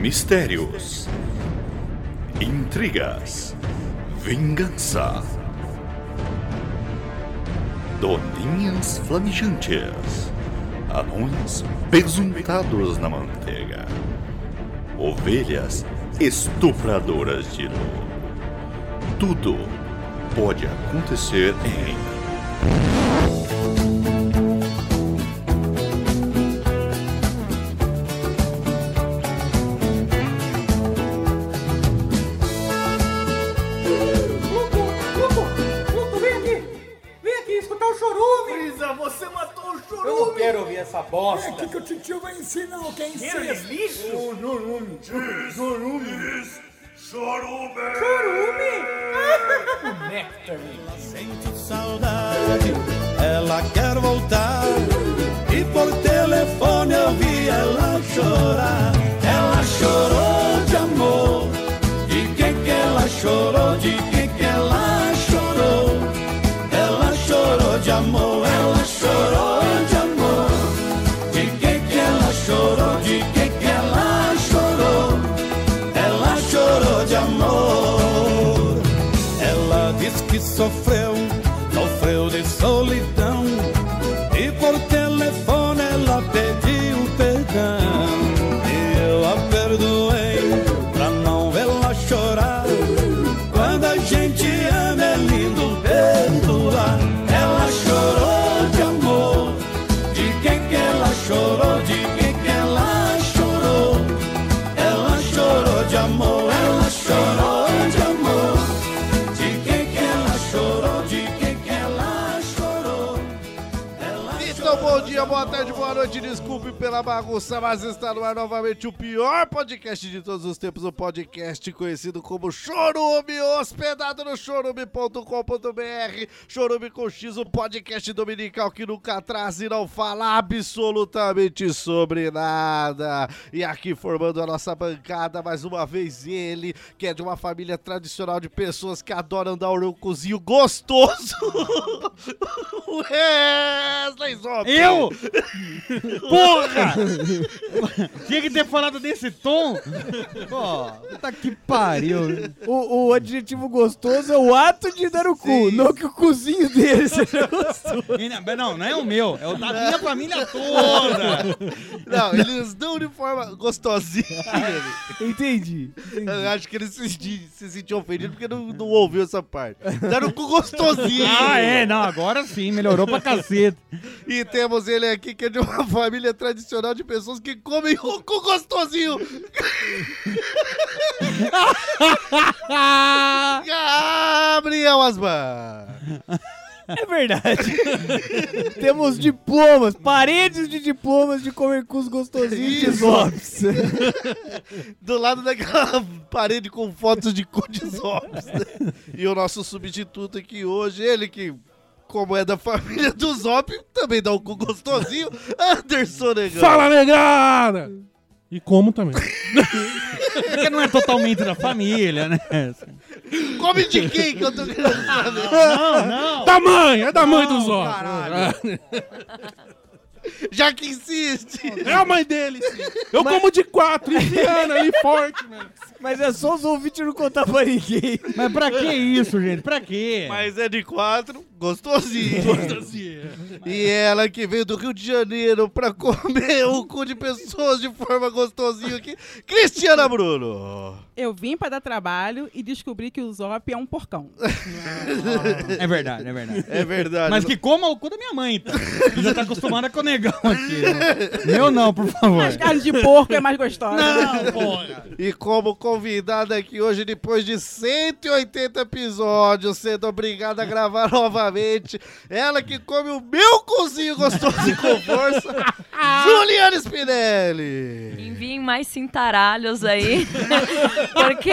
Mistérios, intrigas, vingança, doninhas flamijantes, anões pesuntados na manteiga, ovelhas estupradoras de luz. Tudo pode acontecer em Luco, Luco, Luco, vem aqui! Vem aqui escutar o chorume! Brisa, você matou o Eu não quero ouvir essa bosta. É O que, que o titio vai ensinar o que é incesto? lixo? Chorume. Chorume. Chorume? Sente saudade, ela quer voltar. E por telefone eu vi ela chorar. Ela chorou de amor. De quem que ela chorou? De quem que ela chorou? Ela chorou de amor, ela chorou de amor. De quem que ela chorou? De quem que ela chorou? Ela chorou de amor. Ela diz que sofreu, sofreu de solidão. E por telefone ela pediu perdão. E eu a perdoei pra não vê-la chorar. Quando a gente ama é lindo perdoar. Ela chorou de amor. De quem que ela chorou? De quem que ela chorou? Ela chorou de amor. Ela chorou de amor. De quem que ela chorou? De quem que ela chorou? Então, bom dia, boa tarde, boa noite. Desculpe pela bagunça, mas está no ar novamente o pior podcast de todos os tempos, o podcast conhecido como Chorume, hospedado no chorume.com.br. Chorume com X, o podcast dominical que nunca traz e não fala absolutamente sobre nada. E aqui formando a nossa bancada, mais uma vez ele, que é de uma família tradicional de pessoas que adoram dar um cozinho gostoso. Wesley Zop. Eu? Porra! Tinha que ter falado nesse tom. Ó, puta que pariu. O, o adjetivo gostoso é o ato de dar o cu, não que o cozinho dele seja gostoso. E na- Não, não é o meu, é o da minha família toda. Não, eles dão de forma gostosinha. Entendi. Eu acho que ele se, senti- se sentiu ofendido porque não, não ouviu essa parte. Deram com gostosinho. Ah, é, não, agora sim, melhorou pra cacete. E temos ele aqui que é de uma família tradicional de pessoas que comem o cu gostosinho. Ah! Gabriel Asman. É verdade. Temos diplomas, paredes de diplomas de comer cus gostosinhos de Isso. Zops. Do lado daquela parede com fotos de cu de zombies. né? E o nosso substituto aqui hoje, ele que... Como é da família do Zop, também dá um cu gostosinho. Anderson Negão. Fala, negada! E como também. Porque não é totalmente da família, né? Come de quem que eu tô querendo saber? Não, não. da mãe! É da mãe dos Não, olhos! caralho. Já que insiste. É a mãe dele! Eu como de quatro, indiana ali, forte, mano. Mas é só os ouvintes não contar pra ninguém. Mas pra que isso, gente? Pra quê? Mas é de quatro, gostosinho. E ela que veio do Rio de Janeiro pra comer o cu de pessoas de forma gostosinha aqui, Cristiana Bruno. Eu vim para dar trabalho e descobri que o Zop é um porcão. É verdade, é verdade. É verdade. Mas que coma o cu da minha mãe, então. Que já tá acostumada com o negão aqui. né? Meu não, por favor. Mas carne de porco é mais gostosa. Não, porra. E como convidada aqui hoje, depois de 180 episódios, sendo obrigada a gravar novamente, ela que come o meu cozinho gostoso e com força, Juliana Spinelli. Enviem mais cintaralhos aí, porque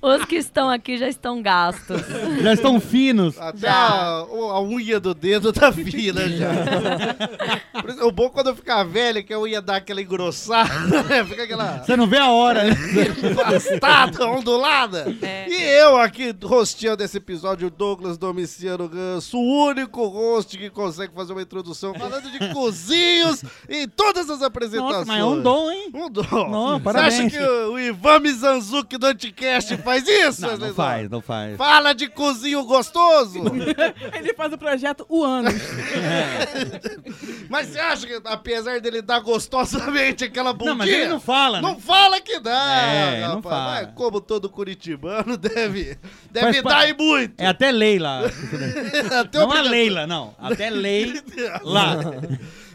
os que estão aqui já estão gastos. Já estão finos. Até a, o- a unha do dedo tá fina já. Por isso, o bom quando eu ficar velho é que a unha dá aquela engrossada, né? fica aquela Você não vê a hora, né? pastada, ondulada. É. E eu aqui, rosteando esse episódio, Douglas Domiciano Ganso, o único host que consegue fazer uma introdução falando de cozinhos em todas as apresentações. Nossa, mas é um dom, hein? Mudou. Não, Você parabéns. acha que o, o Ivan Mizanzuki do Anticast faz isso? Não, não Zezinho? faz, não faz. Fala de cozinho gostoso! Ele faz o projeto o ano. mas você acha que, apesar dele dar gostosamente aquela bundinha... Não, mas ele não fala, né? um Não fala que dá! É, não rapaz. fala. Mas como todo curitibano, deve, Faz deve pa- dar e muito. É até lei lá. Até não a obrigação. Leila, não. Até lei lá.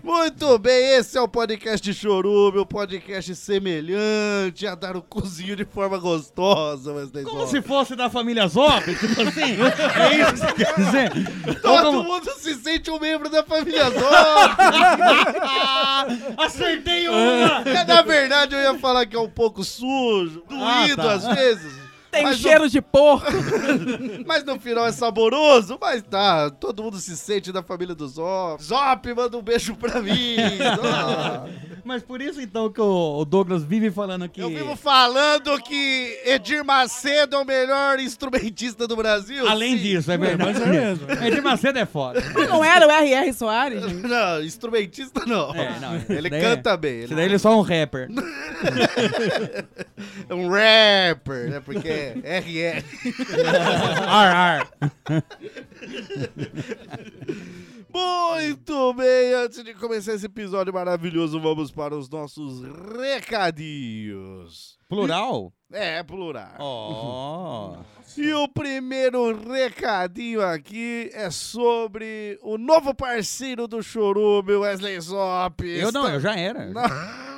Muito bem, esse é o podcast Chorume, um podcast semelhante a dar o cozinho de forma gostosa, mas tem Como se fosse da família Zop, tipo assim. É isso que você quer dizer? Ou Todo como- mundo se sente um membro da família Zop. Acertei uma! É, Na verdade, eu ia falar que é um pouco sujo, doído Ah, tá. às vezes. Tem mas cheiro de porco. No, mas no final é saboroso, mas tá. Todo mundo se sente da família do Zop. Zop, manda um beijo pra mim. Zop. Mas por isso então que o o Douglas vive falando Ah, que Eu vivo falando que Edir Macedo é o melhor instrumentista do Brasil. Além Sim. disso, é verdade. mas é mesmo. Edir Macedo é foda. Mas não era o R.R. Soares? gente? Não, instrumentista não. É, não, ele isso daí canta é- bem. Esse Ele daí ele é só um rapper. é um rapper, né? Porque é RR. Ar, ar. Muito bem, antes de começar esse episódio maravilhoso, vamos para os nossos recadinhos. Plural? É, plural. Ó. E o primeiro recadinho aqui é sobre o novo parceiro do Chorume, Wesley Zop. Eu não, é. eu já era.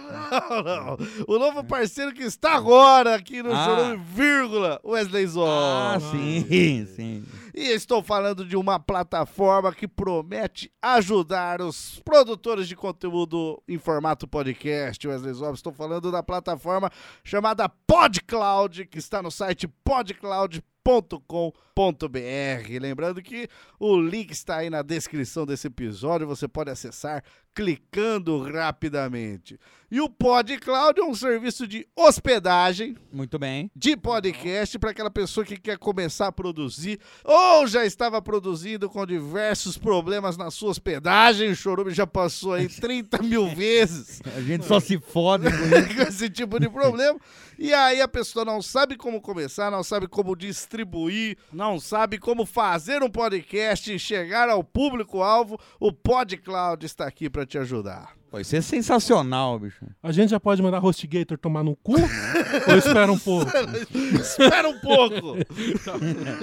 Não, não. O novo parceiro que está agora aqui no Ah. Chorume, vírgula, Wesley Zop. Ah, sim, sim. E estou falando de uma plataforma que promete ajudar os produtores de conteúdo em formato podcast, Wesley Zop. Estou falando da plataforma chamada PodCloud, que está no site podcloud.com.br. Lembrando que o link está aí na descrição desse episódio, você pode acessar clicando rapidamente. E o PodCloud é um serviço de hospedagem Muito bem. de podcast para aquela pessoa que quer começar a produzir ou já estava produzindo com diversos problemas na sua hospedagem. O Chorume já passou aí 30 mil vezes A gente só se fode com isso. com esse tipo de problema. E aí a pessoa não sabe como começar, não sabe como distribuir, não sabe como fazer um podcast e chegar ao público-alvo. O PodCloud está aqui para te ajudar. Pô, isso é sensacional, bicho. A gente já pode mandar Hostgator tomar no cu? ou espera um pouco? Espera um pouco!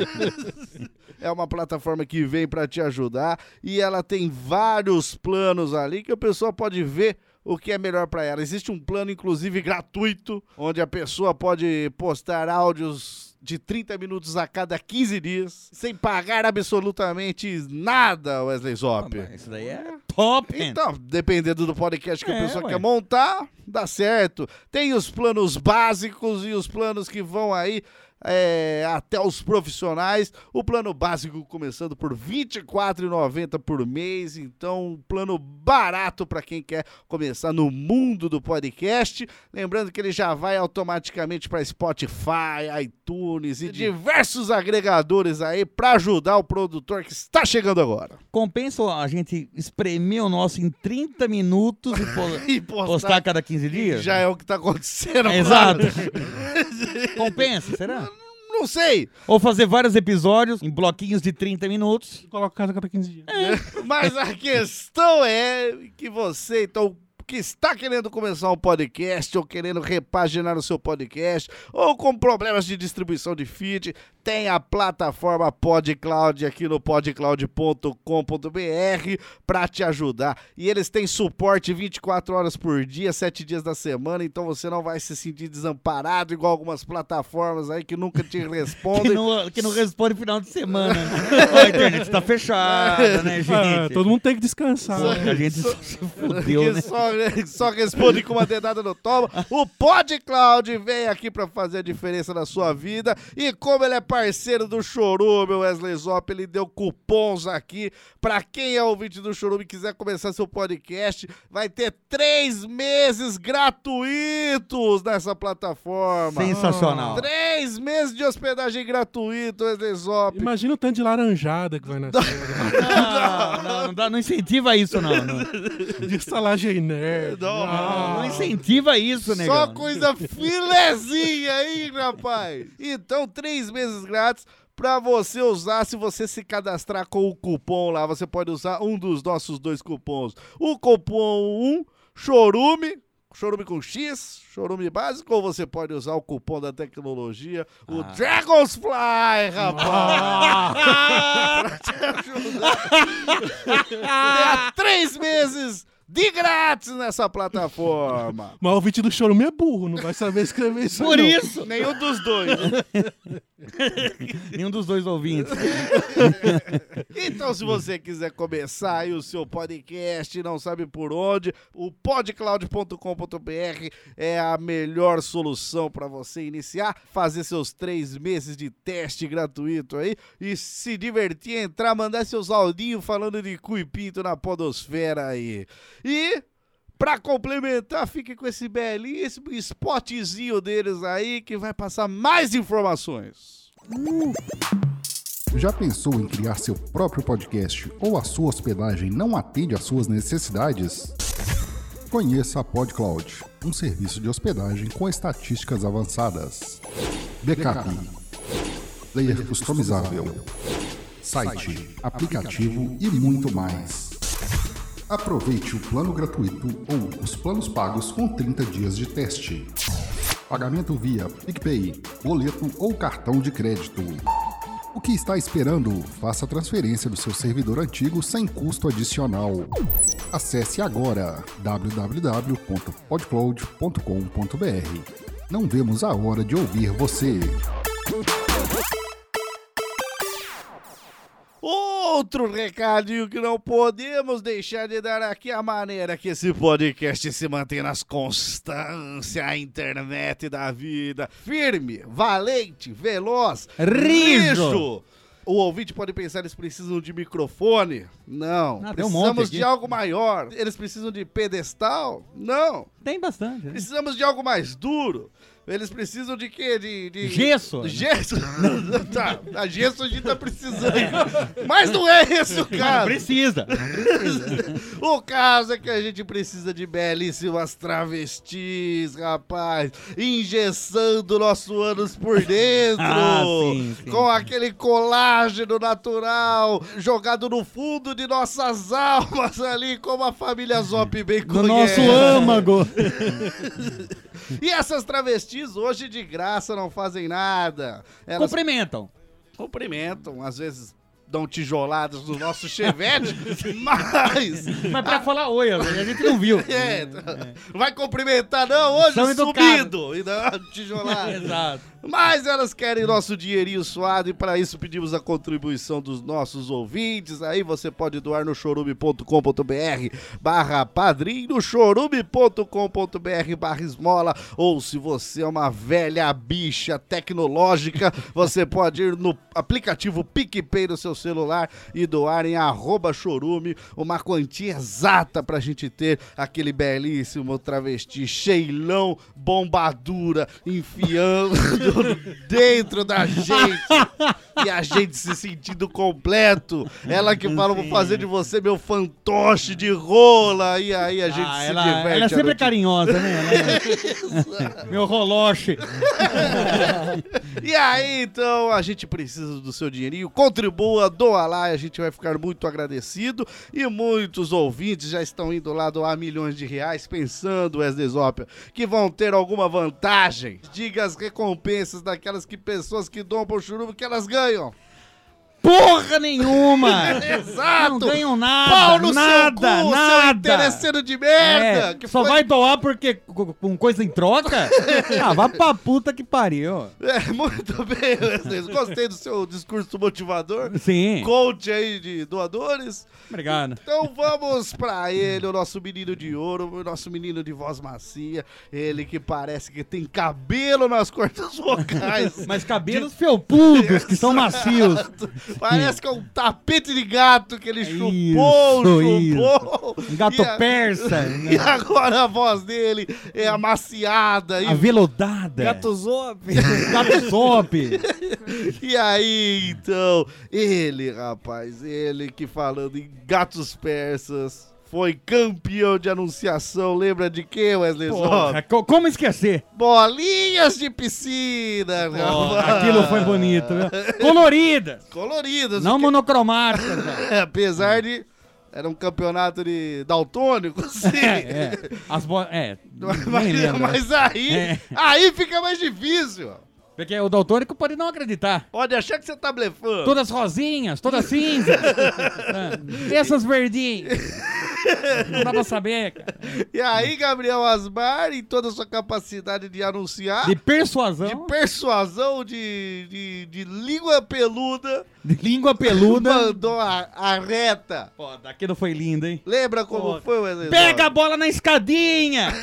É uma plataforma que vem para te ajudar e ela tem vários planos ali que a pessoa pode ver o que é melhor para ela. Existe um plano, inclusive, gratuito, onde a pessoa pode postar áudios de 30 minutos a cada 15 dias, sem pagar absolutamente nada, Wesley Zop. Mas Isso daí é top, hein? Então, dependendo do podcast que a É, pessoa ué. quer montar, dá certo. Tem os planos básicos e os planos que vão aí é, até os profissionais. O plano básico começando por R$ 24,90 por mês. Então, um plano barato para quem quer começar no mundo do podcast. Lembrando que ele já vai automaticamente para Spotify, iTunes e diversos agregadores aí para ajudar o produtor que está chegando agora. Compensa a gente espremer o nosso em 30 minutos e po- E postar postar a cada 15 dias? Já é o que tá acontecendo. É, Exato. mano. é. Compensa, será? Não sei, Ou fazer vários episódios em bloquinhos de 30 minutos. Coloca casa a cada 15 dias. mas a questão é que você, então, que está querendo começar um podcast ou querendo repaginar o seu podcast ou com problemas de distribuição de feed, tem a plataforma PodCloud aqui no podcloud.com.br para te ajudar. E eles têm suporte 24 horas por dia, 7 dias da semana, então você não vai se sentir desamparado igual algumas plataformas aí que nunca te Que respondem. não, que não responde final de semana. Ó, a internet tá fechada, né, gente? Ah, todo mundo tem que descansar. Pô, a gente só se que fudeu, né? só, só responde com uma dedada no toba. O PodCloud vem aqui pra fazer a diferença na sua vida. E como ele é parceiro do Chorume, o Wesley Zop, ele deu cupons aqui. Pra quem é ouvinte do Chorume e quiser começar seu podcast, vai ter três meses gratuitos nessa plataforma. Sensacional. Três meses de hospedagem gratuita, Wesley Zop. Imagina o tanto de laranjada que vai nascer. Não, não, não, dá- não incentiva isso, não. não. de salagem nerd. Não. Não, não incentiva isso, né? Só coisa filezinha aí, rapaz. Então, três meses grátis pra você usar se você se cadastrar com o cupom lá. Você pode usar um dos nossos dois cupons. O cupom 1, chorume. Chorume com X, chorume básico, ou você pode usar o cupom da tecnologia, o Dragonfly, rapaz! pra te ajudar. Tem três meses de grátis nessa plataforma. Mas o ouvinte do chorume é burro, não vai saber escrever isso Por não. isso, Nenhum dos dois. nenhum dos dois ouvintes. Então, se você quiser começar aí o seu podcast, não sabe por onde, o podcloud.com.br é a melhor solução para você iniciar, fazer seus três meses de teste gratuito aí e se divertir, entrar, mandar seus audinhos falando de cu e pinto na podosfera aí. E Pra complementar, fique com esse belíssimo spotzinho deles aí que vai passar mais informações. Já pensou em criar seu próprio podcast ou a sua hospedagem não atende às suas necessidades? Conheça a PodCloud, um serviço de hospedagem com estatísticas avançadas. Backup, player customizável, site, aplicativo e muito mais. Aproveite o plano gratuito ou os planos pagos com 30 dias de teste. Pagamento via PicPay, boleto ou cartão de crédito. O que está esperando? Faça a transferência do seu servidor antigo sem custo adicional. Acesse agora www.podcloud.com.br. Não vemos a hora de ouvir você. Outro recadinho que não podemos deixar de dar aqui a maneira que esse podcast se mantém nas constância, a internet da vida. Firme, valente, veloz, Rijo. O ouvinte pode pensar, eles precisam de microfone? Não. Ah, tem um monte Precisamos de aqui. algo maior. Eles precisam de pedestal? Não. Tem bastante. né? Precisamos de algo mais duro. Eles precisam de quê? De, de- Gesso. Gesso? tá, a gesso a gente tá precisando. Mas não é esse o Não caso. Ah, precisa. é. O caso é que a gente precisa de belíssimas travestis, rapaz, injeçando nosso ânus por dentro, Ah, sim, sim. com aquele colágeno natural jogado no fundo de nossas almas ali, como a família Zop bem Do conhece. nosso âmago. E essas travestis hoje de graça não fazem nada. Elas Cumprimentam. cumprimentam, às vezes dão tijoladas no nosso chevette, mas Mas pra falar oi, a gente não viu. É, vai cumprimentar, não, hoje São subido. E não, tijolado. Exato. Mas elas querem nosso dinheirinho suado e para isso pedimos a contribuição dos nossos ouvintes. Aí você pode doar no chorume.com.br barra padrinho, chorume.com.br barra esmola. Ou se você é uma velha bicha tecnológica, você pode ir no aplicativo PicPay no seu celular e doar em arroba chorume uma quantia exata pra gente ter aquele belíssimo travesti cheilão bombadura enfiando dentro da gente e a gente se sentindo completo. Ela que fala, vou fazer de você meu fantoche de rola. E aí a gente Ah, se ela, diverte. ela é a sempre noite carinhosa, né? Ela é- Meu roloche. E aí, então, a gente precisa do seu dinheirinho. Contribua, doa lá, a gente vai ficar muito agradecido. E muitos ouvintes já estão indo lá doar milhões de reais, pensando, Wesley Zópia, que vão ter alguma vantagem. Diga as recompensas daquelas que pessoas que doam pro churume que elas ganham. Porra nenhuma! Exato! Não ganham nada! Pau no nada, seu cu, seu nada! interesseiro de É, merda! que só foi- vai doar porque co- com coisa em troca? ah, vá pra puta que pariu. É, muito bem, Wesley. Gostei do seu discurso motivador. Sim. Coach aí de doadores. Obrigado. Então vamos pra ele, o nosso menino de ouro, o nosso menino de voz macia, ele que parece que tem cabelo nas cordas vocais. Mas cabelos felpudos, que são macios. Parece que é um tapete de gato que ele Isso, chupou, chupou. Um gato E a- persa, né? E agora a voz dele é amaciada. E, Aveludada. Gato, Gatuzop. gato sope. e aí, então, ele, rapaz, ele que falando em gatos persas, foi campeão de anunciação. Lembra de quem, Wesley Zop? Porra, co- como esquecer? Bolinhas de piscina. Porra, rapaz. aquilo foi bonito, viu? Colorida. Coloridas. Não monocromática. Apesar de. Era um campeonato de daltônico, sim. É, é. As bo... é. nem Mas, lembro. mas aí, É. aí fica mais difícil. Porque o daltônico pode não acreditar. Pode achar que você tá blefando. Todas rosinhas, todas cinzas. É. Essas verdinhas. Não dá pra saber, cara. E aí, Gabriel Asmar, em toda a sua capacidade de anunciar, De de, persuasão, persuasão, de, de, de língua peluda, de língua peluda. mandou a, a reta. Pô, daquilo foi lindo, hein? Lembra como Pô, foi, Wesley? Pega a bola na escadinha!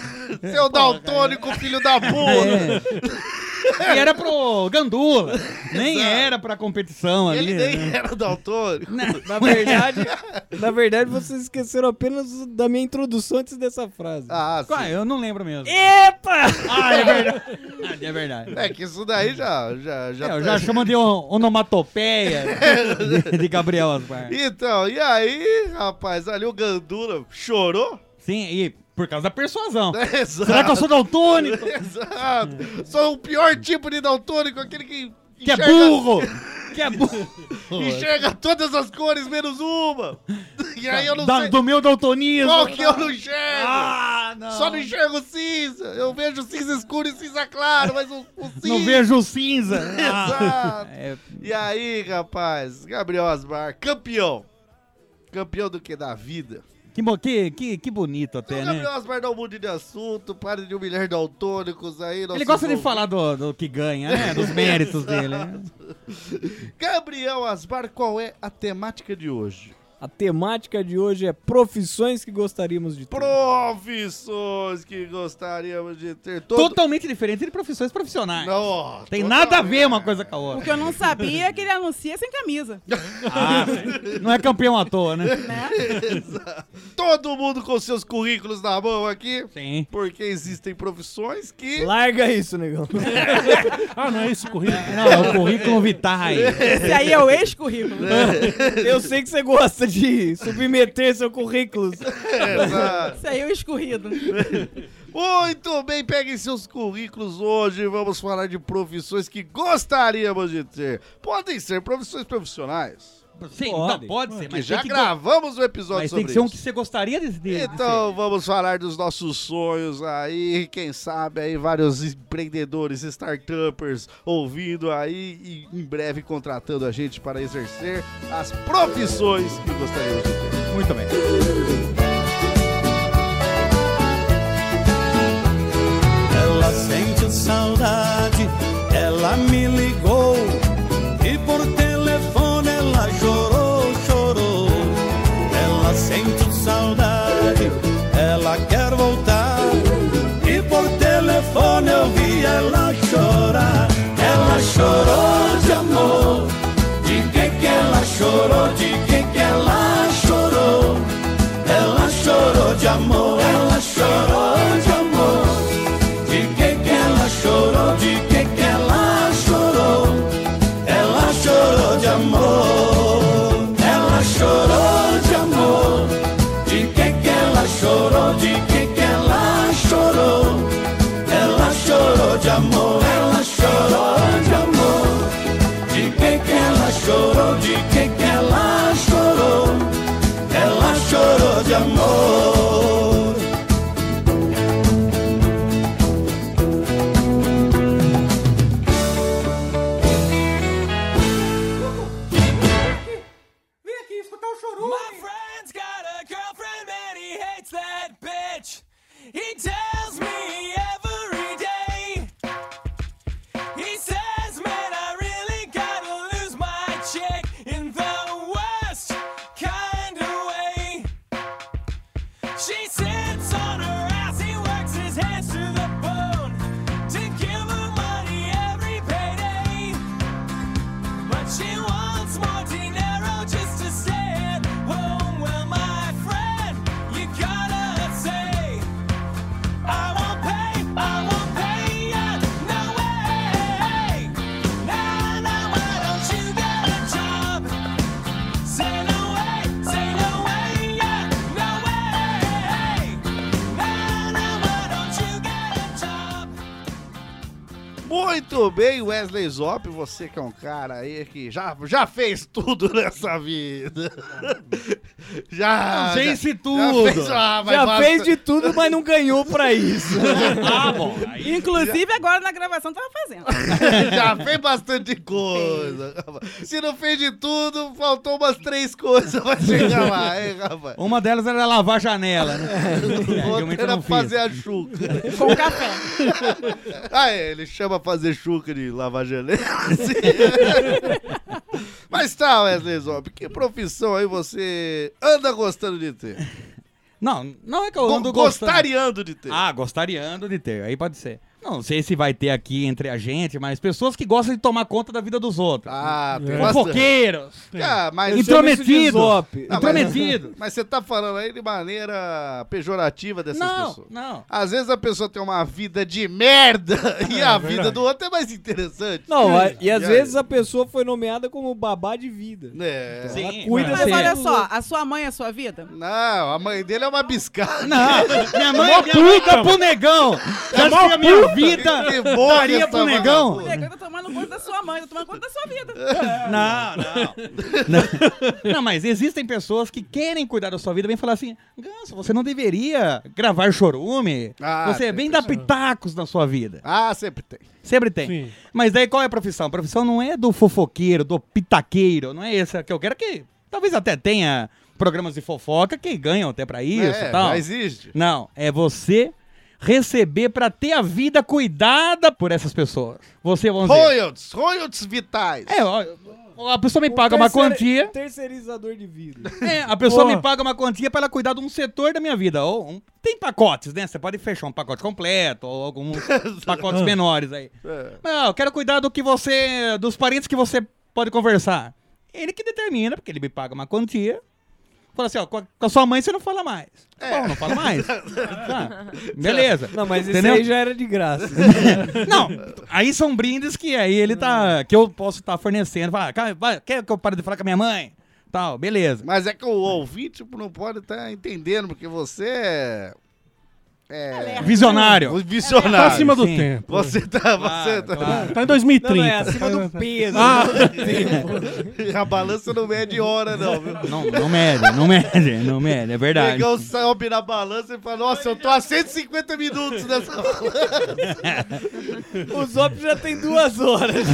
Seu daltônico, filho da É. puta! E era pro Gandula. Nem era pra competição ali. Ele né? nem era daltônico. Na verdade, na verdade, vocês esqueceram apenas da minha introdução antes dessa frase. Ah, Qual é? sim. eu não lembro mesmo. Epa! Ah, é verdade. É verdade. É que isso daí já... já, tá já É, eu já chamo de on- onomatopeia de- de Gabriel Osmar. Então, e aí, rapaz, ali o Gandula chorou? né? Sim, e por causa da persuasão. Exato. Será que eu sou um daltônico? Exato. Sou o pior tipo de daltônico, aquele que... Que é enxerga- burro! Que é burro! Enxerga todas as cores menos uma. E aí eu não Da- sei do meu daltonismo! qual que eu não enxergo. um Ah, não! Só não enxergo cinza. Eu vejo cinza escuro e cinza claro, mas o, o cinza... Não vejo o cinza! Exato. Ah. é, E aí, rapaz, Gabriel Asmar, campeão. Campeão do que? Da vida. que, bo- que, que, que bonito Então, até, né? Gabriel Asmar não mude de assunto, pare de humilhar daltônicos aí. Ele nossos gosta de ouvintes. falar do, do que ganha, né? Dos méritos dele. né? Gabriel Asmar, qual é a temática de hoje? A temática de hoje é profissões que gostaríamos de ter. Profissões que gostaríamos de ter. Todo... Totalmente diferente de profissões profissionais. Não, Tem total- nada a ver uma coisa com a O outra. que eu não sabia é que ele anuncia sem camisa. Ah, não é campeão à toa, né? Todo mundo com seus currículos na mão aqui. Sim. Porque existem profissões que. Larga isso, negão. Ah, não é isso, corrida. Não, é o currículo vitae. Esse aí é o ex-currículo. Eu sei que você gosta de submeter seu currículo. Exato. Esse aí é o escorrido. Muito bem, peguem seus currículos hoje. Vamos falar de profissões que gostaríamos de ter. Podem ser profissões profissionais. Sim, Pode. não, pode ser, Que É, mas já tem que, go- gravamos um episódio mas sobre tem que ser um isso. que né, você gostaria de, de- de ser. Então vamos falar dos nossos sonhos aí, quem sabe aí vários empreendedores, startuppers ouvindo aí e em breve contratando a gente para exercer as profissões que gostaríamos de ter. Muito bem. Ela sente saudade, ela me ligou e por telefone ela chorou, chorou. Ela sente saudade, ela quer voltar e por telefone eu vi ela chorar. Ela chorou de amor, de que que ela chorou, de que que ela chorou. Ela chorou de amor, ela chorou de amor. De que que ela chorou? De que que ela chorou? Ela chorou de amor. Ela chorou de amor. De que que ela chorou? De que que ela chorou? Ela chorou de amor. Ela chorou de amor. De que que ela chorou? De que que ela chorou? Ela chorou de amor. Vem aqui escutar o chorume. chick in the worst kind of way. Muito bem, Wesley Zop, você que é um cara aí que já, já fez tudo nessa vida. Já. Já fez já- tudo. Já fez, ah, mas Já basta- fez de tudo, mas não ganhou pra isso. Ah, bom. Inclusive, agora na gravação tava fazendo. Já fez bastante coisa. Se não fez de tudo, faltou umas três coisas pra chegar lá, hein, rapaz? Uma delas era lavar a janela, né? É, realmente Um eu Outra era não fiz. fazer a chuca. Com café. ah, é, ele chama fazer chuca de lavar janela. Mas tá, Wesley Zop, que profissão aí você anda gostando de ter? Não, não é que eu Go- ando gostando. gostariando de ter. Ah, gostariando de ter. Aí pode ser. Não sei se vai ter aqui entre a gente, mas pessoas que gostam de tomar conta da vida dos outros. Ah, tem Fofoqueiros. Ah, mas Intrometidos. Ah, mas- Intrometidos. Mas você tá falando aí de maneira pejorativa dessas Não, pessoas. não. Às vezes a pessoa tem uma vida de merda e a vida do outro é mais interessante. Não, a- e às aí? vezes a pessoa foi nomeada como babá de vida. É. Ela cuida Mas sempre olha dos só, outros. a sua mãe é a sua vida? Não, a mãe dele é uma biscada. Não, minha mãe, minha é mãe dá pro negão. Já mó que a minha puta. vida Que boa daria essa pro negão. O negão tá tomando conta da sua mãe, tá tomando conta da sua vida. Não, não. Não, mas existem pessoas que querem cuidar da sua vida bem falar assim: Ganso, você não deveria gravar chorume. Ah, você tem vem dar pitacos na sua vida. Ah, sempre tem. Sempre tem. Mas daí qual é a profissão? A profissão não é do fofoqueiro, do pitaqueiro, não é essa que eu quero que. Talvez até tenha programas de fofoca que ganham até pra isso então. É, e tal. não existe. Não, é você receber pra ter a vida cuidada por essas pessoas. Você, vamos dizer. Royalties, royalties vitais. É, ó, a pessoa me paga uma Terceira- quantia. Terceirizador de vida. É, a pessoa Porra. me paga uma quantia pra ela cuidar de um setor da minha vida. Ou um- tem pacotes, né? Você pode fechar um pacote completo ou alguns pacotes menores aí. É. Não, eu quero cuidar do que você, dos parentes que você pode conversar. Ele que determina, porque ele me paga uma quantia. Fala assim, ó, com a, com a sua mãe você não fala mais. Tá Bom, não fala mais. Tá, beleza. Não, mas isso Entendeu? aí já era de graça. Não, aí são brindes que aí ele tá. Que eu posso estar fornecendo. Fala, "Cara, vai, quer que eu pare de falar com a minha mãe? Tal, beleza. Mas é que o ouvinte não pode estar entendendo, porque você é. É. Visionário. Visionário. Tá acima do Sim. tempo. Você tá. você tá. Tá em 2030. Não, não, é acima do peso. Ah. A balança não mede hora, não, viu? Não, não mede, não mede, não mede, é verdade. Negão sobe na balança e fala: Nossa, eu tô a 150 minutos nessa balança. O Zop já tem duas horas.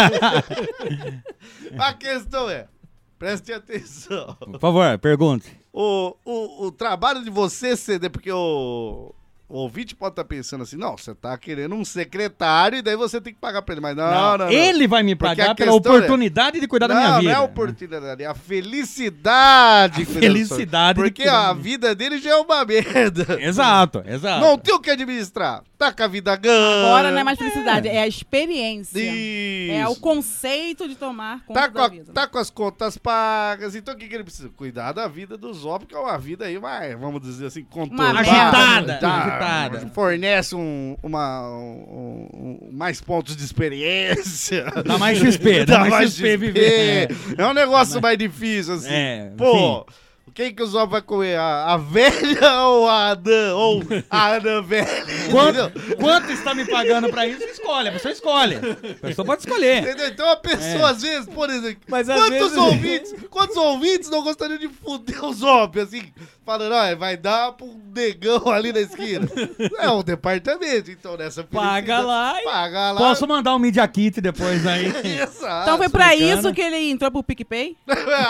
A questão é: preste atenção. Por favor, pergunte. O, o, o trabalho de você ceder, porque o, o ouvinte pode estar pensando assim: Não, você tá querendo um secretário e daí você tem que pagar pra ele. Mas não, não, não. Ele vai me Porque pagar a pela questão é- oportunidade de cuidar não, da minha vida. Não, é a oportunidade, é a felicidade. que ele felicidade de sofre. Porque criar. a vida dele já é uma merda. Exato, exato. Não tem o que administrar. Tá com a vida ganha. Agora não é mais felicidade, é a experiência. Isso. É o conceito de tomar conta Tá com, da a- vida. tá com as contas pagas, então o que, que ele precisa? Cuidar da vida dos homens, que é uma vida aí, mas, vamos dizer assim, conturbada. agitada, Tá, agitada. Fornece um, uma, um- um- mais pontos de experiência. Dá mais XP, dá mais XP viver. É. um negócio mais difícil, assim. É, Pô... Quem que os homens vai comer? A, a velha ou a anã? Ou a anã velha? entendeu? Quanto, quanto está tá me pagando pra isso? Escolhe, a pessoa escolhe. A pessoa pode escolher. Entendeu? Então a pessoa, às vezes, por exemplo, É. Mas às quantos, vezes- ouvintes, quantos ouvintes não gostariam de fuder os homens, assim, falando, olha, vai dar pra um negão ali na esquina. é um departamento, então nessa Paga felicidade- lá e- Paga lá. Posso mandar um media kit depois aí. Exato. Então foi pra bacana. isso que ele entrou pro PicPay?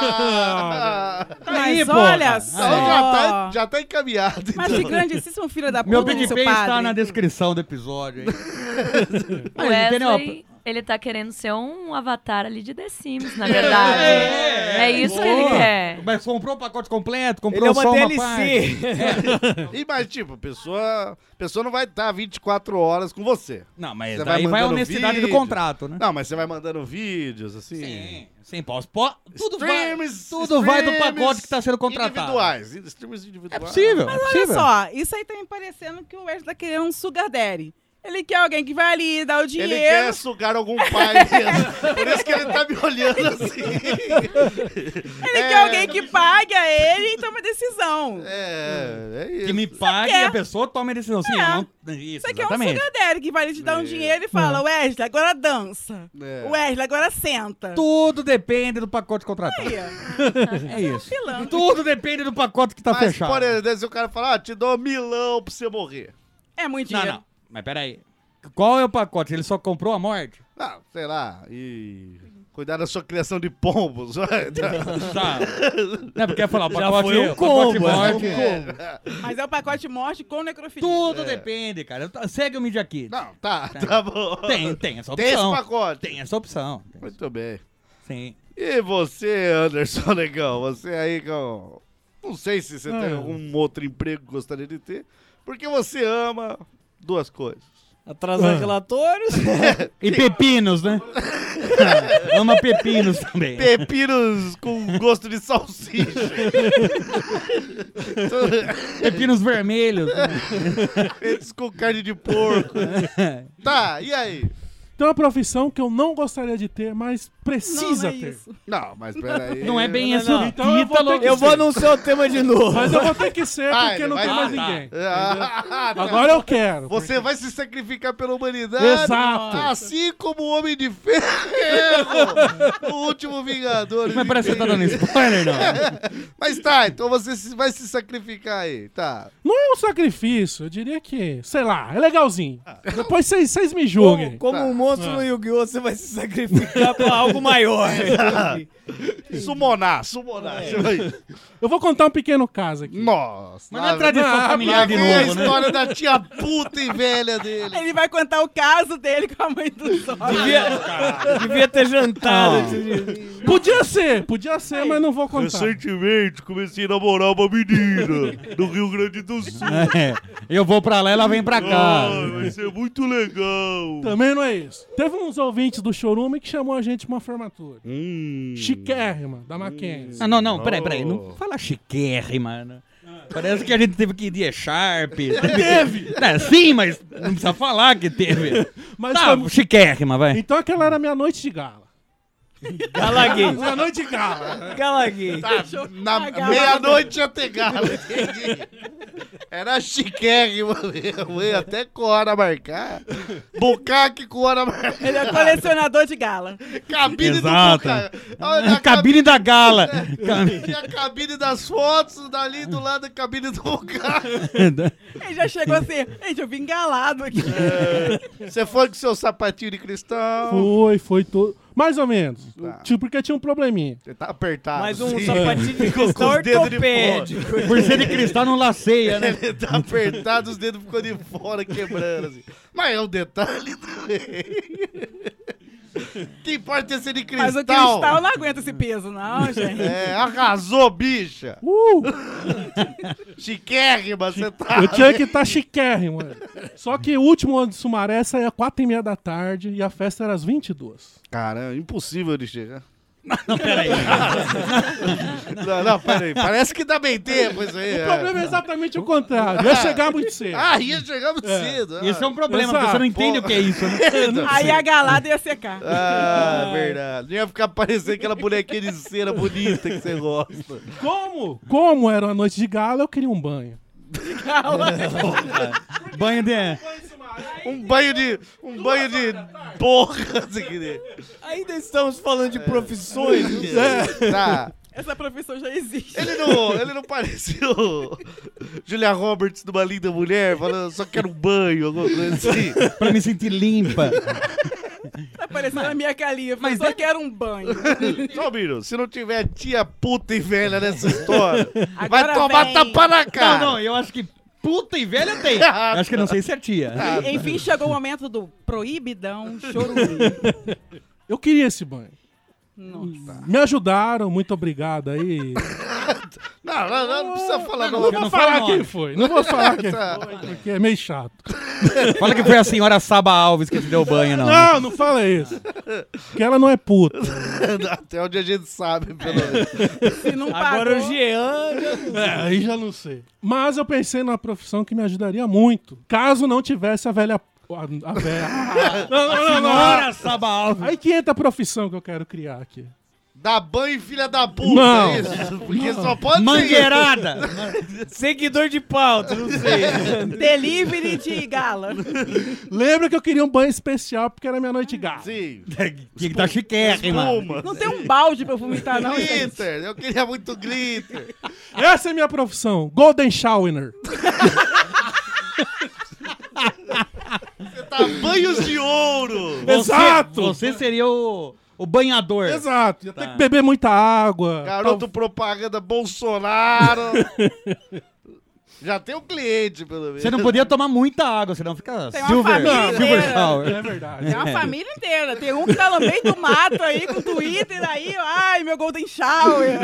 Ah, Aí, Ah, Mas pô. olha então já, tá, é. só. já tá encaminhado. Mas então. de grandíssimo filho da Meu puta do seu PicPay está padre. na descrição do episódio aí. O Mas, entendeu? Wesley, ele tá querendo ser um avatar ali de The Sims, na verdade. É isso que ele Boa. quer. Mas comprou o pacote completo, comprou Ele é uma só uma parte. DLC. E, mas, tipo, a pessoa, a pessoa não vai tá estar 24 horas com você. Não, mas Você vai daí vai, a mandando honestidade do vídeo. contrato, né? Não, mas você vai mandando vídeos, assim. Sim, sim, posso. Po- tudo Streams, vai, tudo vai do streams pacote que tá sendo contratado. Individuais, streams individuais. É possível, é Olha possível. só, isso aí tá me parecendo que o Wesley tá querendo um sugar daddy. Ele quer alguém que vai ali dar o dinheiro. Ele quer sugar algum pai mesmo. Por isso que ele tá me olhando assim. Ele quer alguém que pague a ele e tome decisão. É, é isso. Que me pague e quer. a pessoa tome a decisão. Sim, É. eu não... Isso, Isso aqui é um exatamente. sugadeiro que vai ali te dar um dinheiro e fala: Wesley, agora dança. É. Wesley, agora senta. Tudo depende do pacote contratado. Aí, ó. É isso. Pilão. Tudo depende do pacote que tá Mas, fechado. por exemplo, se o cara falar, ah, te dou milão pra você morrer. É muito Não, dinheiro. não. Mas peraí. Qual é o pacote? Ele só comprou a morte? Não, Ah, sei lá. E. Cuidar da sua criação de pombos. Tá. Não, porque ia falar, o Já pacote, foi um o pacote combo, é um morte. combo. Mas é o pacote morte com necrofilia. Tudo depende, cara. Eu- Segue o Media Kit. Não, tá, tá bom. Tem, tem essa opção. Tem esse pacote. Tem essa opção. Muito bem. Sim. E você, Anderson Negão? Você aí com. Não sei se você tem Ah. algum outro emprego que gostaria de ter, porque você ama duas coisas. Atrasar Ah. relatórios. E pepinos, né? Ama pepinos também. Pepinos com gosto de salsicha. pepinos vermelhos. Feitos com carne de porco. Tá, e aí? Tem uma profissão que eu não gostaria de ter, mas precisa ter. Não, mas peraí. Não é bem é Não, assim. esse não. o Então eu vou ter que eu vou ser. anunciar o tema de novo. Mas eu vou ter que ser Ah, porque ele não vai- tem mais Ah, tá. ninguém. Ah, tá. Agora eu quero. Você porque- vai se sacrificar pela humanidade. Exato. Assim como o Homem de Ferro, o último Vingador. Mas parece que você tá dando spoiler, não. Mas tá, então você se- vai se sacrificar aí, tá. Não é um sacrifício, eu diria que, sei lá, é legalzinho. Ah. Depois vocês vocês me julguem. Como um monstro no Yu-Gi-Oh! você vai se sacrificar pra algo maior. Sumonar, sumonar. Eu vou contar um pequeno caso aqui. Nossa. Mas não é tradição Ah, familiar de Lá vem a novo, né? história da tia puta e velha dele. Ele vai contar o caso dele com a mãe do Zop. Devia, devia ter jantado. Não. esse dia. Podia ser, podia ser, mas não vou contar. Recentemente comecei a namorar uma menina do Rio Grande do Sul. É. Eu vou pra lá e ela vem pra cá. vai ser muito legal. Também não é isso. Teve uns ouvintes do Chorume que chamou a gente pra uma formatura. Hum. Chiquérrima, da Mackenzie. Ah, não, não, peraí, peraí. Não fala chiquérrimo, mano. Parece que a gente teve que ir de Sharp. Teve! É, sim, mas não precisa falar que teve. Mas tá, foi- chiquérrima, vai. Então aquela era minha noite de gala. Galaguei. Minha noite de gala. Tá. Galaguei. Na meia-noite ia ter galo, entendi. Era chiquérrimo mesmo, hein? até com hora a marcar. Bucaque com hora a marcar. Ele é colecionador de gala. Cabine Exato. do Bucaque. Olha, é a É. Cabine da gala. cabine- Tinha a cabine das fotos dali do lado da cabine do Bucaque. Ele já chegou assim, gente, eu vim galado aqui. Você foi com seu sapatinho de cristal. Foi, foi todo. Mais ou menos. Tá. Tipo, porque tinha um probleminha. Você tá apertado. Mais um sim. sapatinho de Ficou com cristal os dedos de ortopédico. Por ser de cristal não laceia, né? Ele tá apertado, os dedos ficou de fora, quebrando, assim. Mas é um detalhe também. Que importa é ser de cristal. Mas o cristal não aguenta esse peso, não, gente. É, arrasou, bicha. Uh! Chiquérrima, você tá. Eu tinha que estar chiquérrimo. mano. Só que o último ano de Sumaré saía 4 e meia da tarde e a festa era às 22. Caramba, é impossível de chegar. Não, peraí. Não, não, peraí. Parece que dá bem tempo isso aí. O problema é exatamente o contrário. Eu ia chegar muito cedo. Ah, ia chegar muito cedo. Isso é um problema, Essa porque você não entende o que é isso, né? um... Aí a galada ia secar. Ah, verdade. Não ia ficar parecendo aquela bonequinha de cera bonita que você gosta. Como? Como era uma noite de gala, eu queria um banho. Banho de... Um banho de. Um banho de porra, se querer. Ainda estamos falando de profissões. Tá. Essa profissão já existe. Ele não, ele não parecia o Julia Roberts numa linda mulher, falando só quero um banho, alguma coisa assim. Pra me sentir limpa. Tá parecendo a minha califa. mas Mas só é- quero um banho. Só um minuto, se não tiver tia puta e velha nessa história, vai Agora tomar vem. tapa na cara. Não, não, eu acho que puta e velha tem. Eu acho que não sei se é tia. Enfim, chegou o momento do proibidão chorume. Eu queria esse banho. Nossa. Me ajudaram, muito obrigado aí. Não, não, não, não precisa falar não. Não não vou fala falar nome. quem foi, não vou falar quem foi, porque é meio chato. Fala que foi a senhora Saba Alves que te deu banho, não. Não, não fala isso. Porque ela não é puta. Até onde a gente sabe, pelo menos. Se não Agora o pagou... Jean. É, aí já não sei. Mas eu pensei numa profissão que me ajudaria muito, caso não tivesse a velha A, a véia. Não, não, não, não. Senhora Saba Alves. Aí que entra a profissão que eu quero criar aqui. Dá banho, filha da puta, Não. é isso? Porque Não. só pode Mangueirada. Seguidor de pauta, não sei. Delivery de gala. Lembra que eu queria um banho especial porque era minha noite gata. Sim. Tinha que tá dar chiquérrimo. Espuma. Não tem um balde pra eu vomitar, não, gente. glitter. Eu queria muito glitter. Essa é minha profissão. Golden Shower. Tá banhos de ouro. Você- Exato. Você seria o, o banhador. Exato. Ia ter Tá. que beber muita água. Garoto propaganda Bolsonaro. Já tem um cliente, pelo menos. Você não podia tomar muita água, senão fica Tem uma silver, família né? silver inteira. shower. É verdade. Tem uma família inteira. Tem um que tá no meio do mato aí, com Twitter aí. Ai, meu Golden Shower.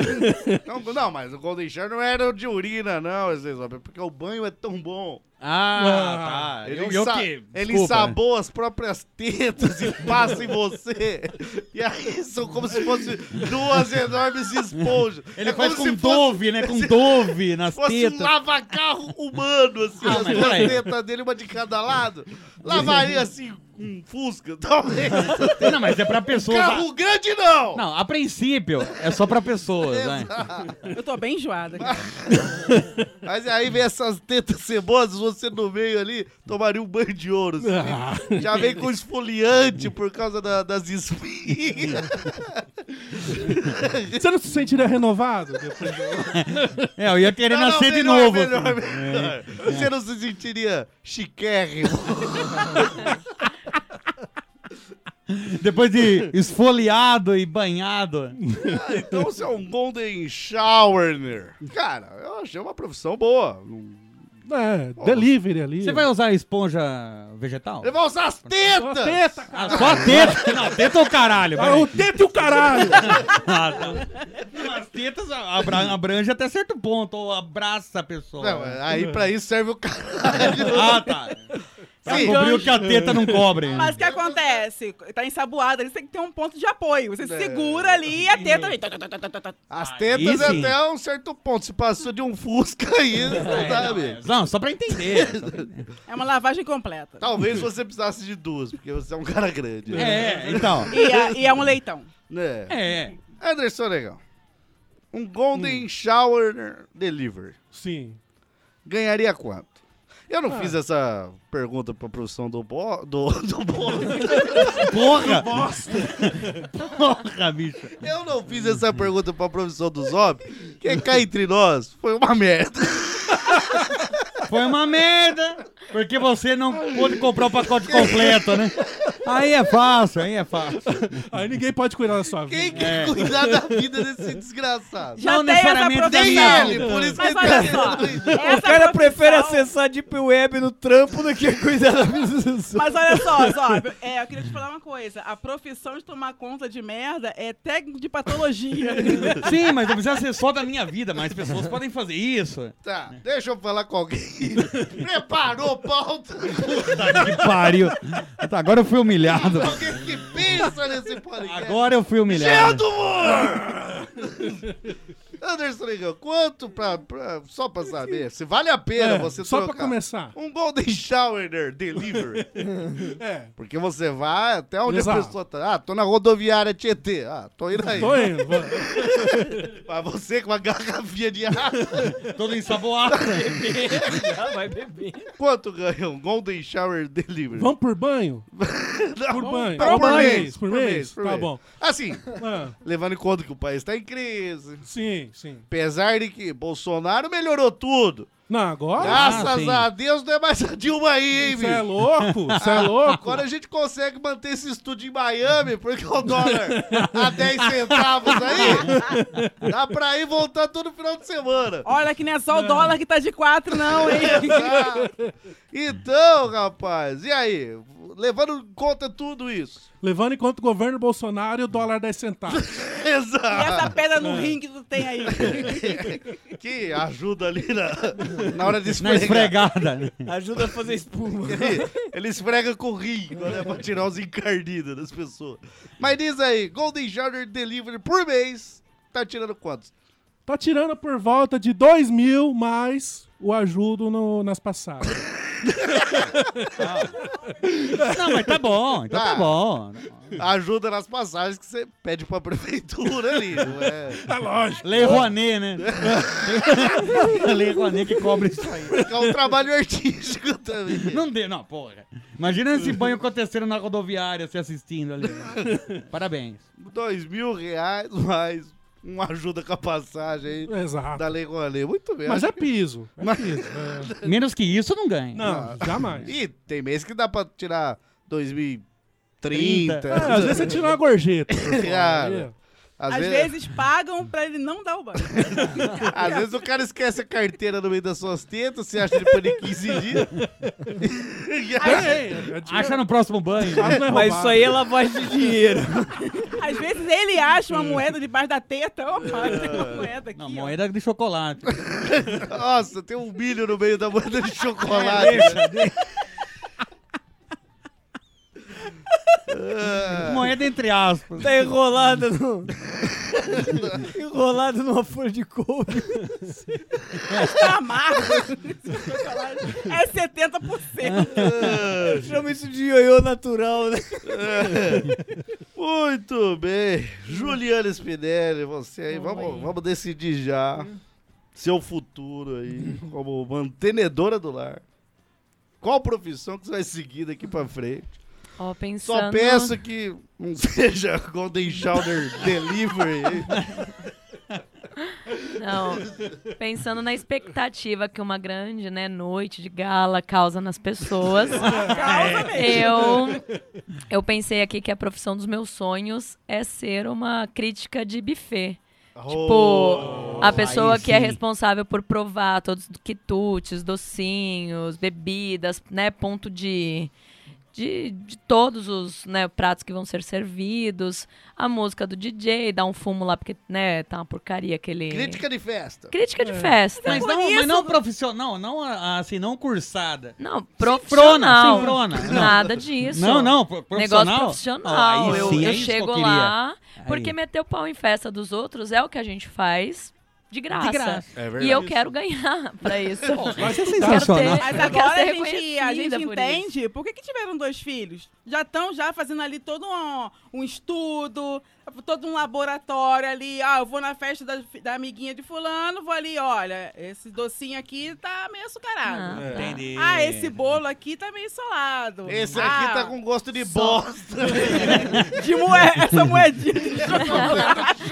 Não, não, mas o Golden Shower não era o de urina, não, vocês sabem, porque o banho é tão bom. Ah, tá. Ele, Eu, eu ensa- que... ele desculpa. né? ensabou as próprias tetas e passa em você. E aí são como se fossem duas enormes esponjas. Ele É faz como com se dove, né? Com dove nas Fosse tetas. um lava-carro humano, assim, Ah, as mas duas peraí. tetas dele, uma de cada lado. Lavaria assim, um Fusca, talvez. Não, mas é pra pessoas. Um Carro grande, não! Não, a princípio é só pra pessoas, né? Eu tô bem enjoada. cara. Mas aí vem essas tetas cebosas, você no meio ali tomaria um banho de ouro. assim. Ah. Já vem com esfoliante por causa da- das espinhas. Você não se sentiria renovado? depois de- É, eu ia querer Não, não, nascer de melhor, novo. assim, É. melhor, melhor. Você não se sentiria chiquérrimo. Depois de esfoliado e banhado. Ah, então você é um golden showerner. Cara, eu achei uma profissão boa. É, delivery ali. Você vai usar esponja vegetal? Ele vai usar as Só tetas! teta, cara. Ah, só a teta. Não, teta é o caralho. Ah, peraí. o é teto e o caralho. Ah, tá. Não, As tetas abra- abrange até certo ponto, ou abraça a pessoa. Não, aí pra isso serve o caralho. Ah, tá. Pra Sim. Então, é. cobrir o que a teta não cobre. Mas o que acontece? Tá ensaboada, ali, você tem que ter um ponto de apoio. É. Você segura ali Então, e a teta... vem. As Aí tetas sim. É, até um certo ponto. Se passou de um Fusca aí, não sabe? Não, só pra entender. só pra entender. É uma lavagem completa. Talvez você precisasse de duas, porque você é um cara grande. É, então. E é, e é um leitão. Né? É. Anderson Legal. Um Golden Shower Delivery. Sim. Ganharia quanto? Eu não fiz essa pergunta pra produção do Bo... Do, do Bo... Porra! Porra, bicho. Eu não fiz essa pergunta pra produção do Zob, que cá entre nós foi uma merda. Foi uma merda, porque você não pôde comprar o pacote completo, né? Aí é fácil, aí é fácil. Aí ninguém pode cuidar da sua vida. Quem é? quer cuidar da vida desse desgraçado? Já Não tem essa necessariamente Nem não. profissão. ele, por isso que Mas ele olha tá só. O cara prefere acessar Deep Web no trampo do que cuidar da vida dos Mas olha só, Zóbio, é, eu queria te falar uma coisa. A profissão de tomar conta de merda é técnico de patologia. Sim, mas não precisa ser só da minha vida, mas pessoas podem fazer isso. Tá, deixa eu falar com alguém. Preparou pauta? Puta que pariu. Tá, agora eu fui humilhado. alguém que pensa nesse podcast? Agora eu fui Cheio humilhado. do humor! Anderson Negão, quanto pra, pra- Só pra saber, se vale a pena É, você só pra trocar começar. Um Golden Shower Delivery. É. Porque você vai até onde Exato. a pessoa tá. Ah, tô na rodoviária Tietê. Ah, tô indo aí. Tô indo. vou. Mas você com uma garrafinha de água. Todo ensaboado. Vai beber. quanto ganha um Golden Shower Delivery? Vamos por banho? Não, por banho. pra- Por mês, por mês. Tá bom. Assim, Ah, levando em conta que o país tá em crise. sim, sim. Apesar de que Bolsonaro melhorou tudo. Não, agora? Graças sim. a Deus não é mais a Dilma aí, Ah, hein, Você é bicho? Ah, louco? Você é louco? Agora a gente consegue manter esse estúdio em Miami, porque o dólar a 10 centavos aí, dá pra ir voltar todo final de semana. Olha que não é só o dólar que tá de quatro, não, hein? Tá? Então, rapaz, e aí? Levando em conta tudo isso. Levando em conta o governo Bolsonaro e o dólar 10 centavos. E Exato. essa pedra no rim que tu tem aí. Que ajuda ali na, na hora de Na esfregar. esfregada. né? Ajuda a fazer espuma. Ele, ele esfrega com o rim quando é pra tirar os encarnidos das pessoas. Mas diz aí, Golden Shower Delivery por mês tá tirando quantos? Tá tirando por volta de 2 mil mais o ajudo no- nas passagens. Não, mas tá bom, então tá Ah, bom. Ajuda nas passagens que você pede pra prefeitura ali, não é? Tá lógico. Lei Rouanet, né? Lei Rouanet que cobra isso aí. É um trabalho artístico também. Não deu, não, porra. Imagina esse banho acontecendo na rodoviária, se assistindo ali. né? Parabéns. Dois mil reais mais uma ajuda com a passagem aí. É. Exato. Da Lei Rouanet. Muito bem. Mas acho é que- piso. É Mas- piso. é. Menos que isso, não ganha. Ah. Não, jamais. E tem mês que dá pra tirar 2030. É, Ah, às vezes você tira uma gorjeta. Cara, Às, às, ve- vezes... pagam pra ele não dar o banho. às vezes o cara esquece a carteira no meio das suas tetas, você acha depois de 15 dias. E aí- Acha no próximo banho. Mas isso aí é lavagem de dinheiro. Às vezes ele acha uma moeda debaixo da teta. Opa, tem uma moeda aqui. Não, moeda de chocolate. Nossa, tem um milho no meio da moeda É de chocolate. Moeda entre aspas. Tá enrolada no. enrolada numa folha de couve. Tá amargo. É 70%. Chama isso de ioiô natural, né? Muito bem. Juliana Spinelli, você aí. Vamos, vamos decidir já Hum. seu futuro aí como mantenedora do lar. Qual profissão que você vai seguir daqui pra frente? Ó, Só pensando... peço que não seja Golden Shower Delivery. Não, pensando na expectativa que uma grande né, noite de gala causa nas pessoas, Causa mesmo. eu, eu pensei aqui que a profissão dos meus sonhos é ser uma crítica de buffet. Tipo, a pessoa Oh. aí que é sim. responsável por provar todos os quitutes, docinhos, bebidas, né, ponto de, de, de todos os né, pratos que vão ser servidos, a música do DJ, dá um fumo lá, porque né, tá uma porcaria aquele... Crítica de festa. Crítica de é festa. Mas não, mas não profissional, não ah, assim, não cursada. Não, profissional. Sinfrona, sinfrona. Nada disso. Não, não, pro- profissional. Negócio profissional. Ó, aí eu sim, eu é isso que eu chego queria. lá, Aí. porque meter o pau em festa dos outros é o que a gente faz de graça. graça. É verdade. e eu Isso. quero ganhar pra isso. vai ser sensacional. Eu quero ter- Mas eu agora a quero ser gente, a gente reconhecida por isso. entende Tipo, por que, que tiveram dois filhos. Já estão já fazendo ali todo um, um estudo, todo um laboratório ali. Ah, eu vou na festa da, da amiguinha de fulano, vou ali, olha, esse docinho aqui tá meio açucarado. Ah, tá. Entendi. Ah, esse bolo aqui tá meio solado. Esse Ah, aqui tá com gosto de bosta. é- de moe- essa moedinha de chocolate.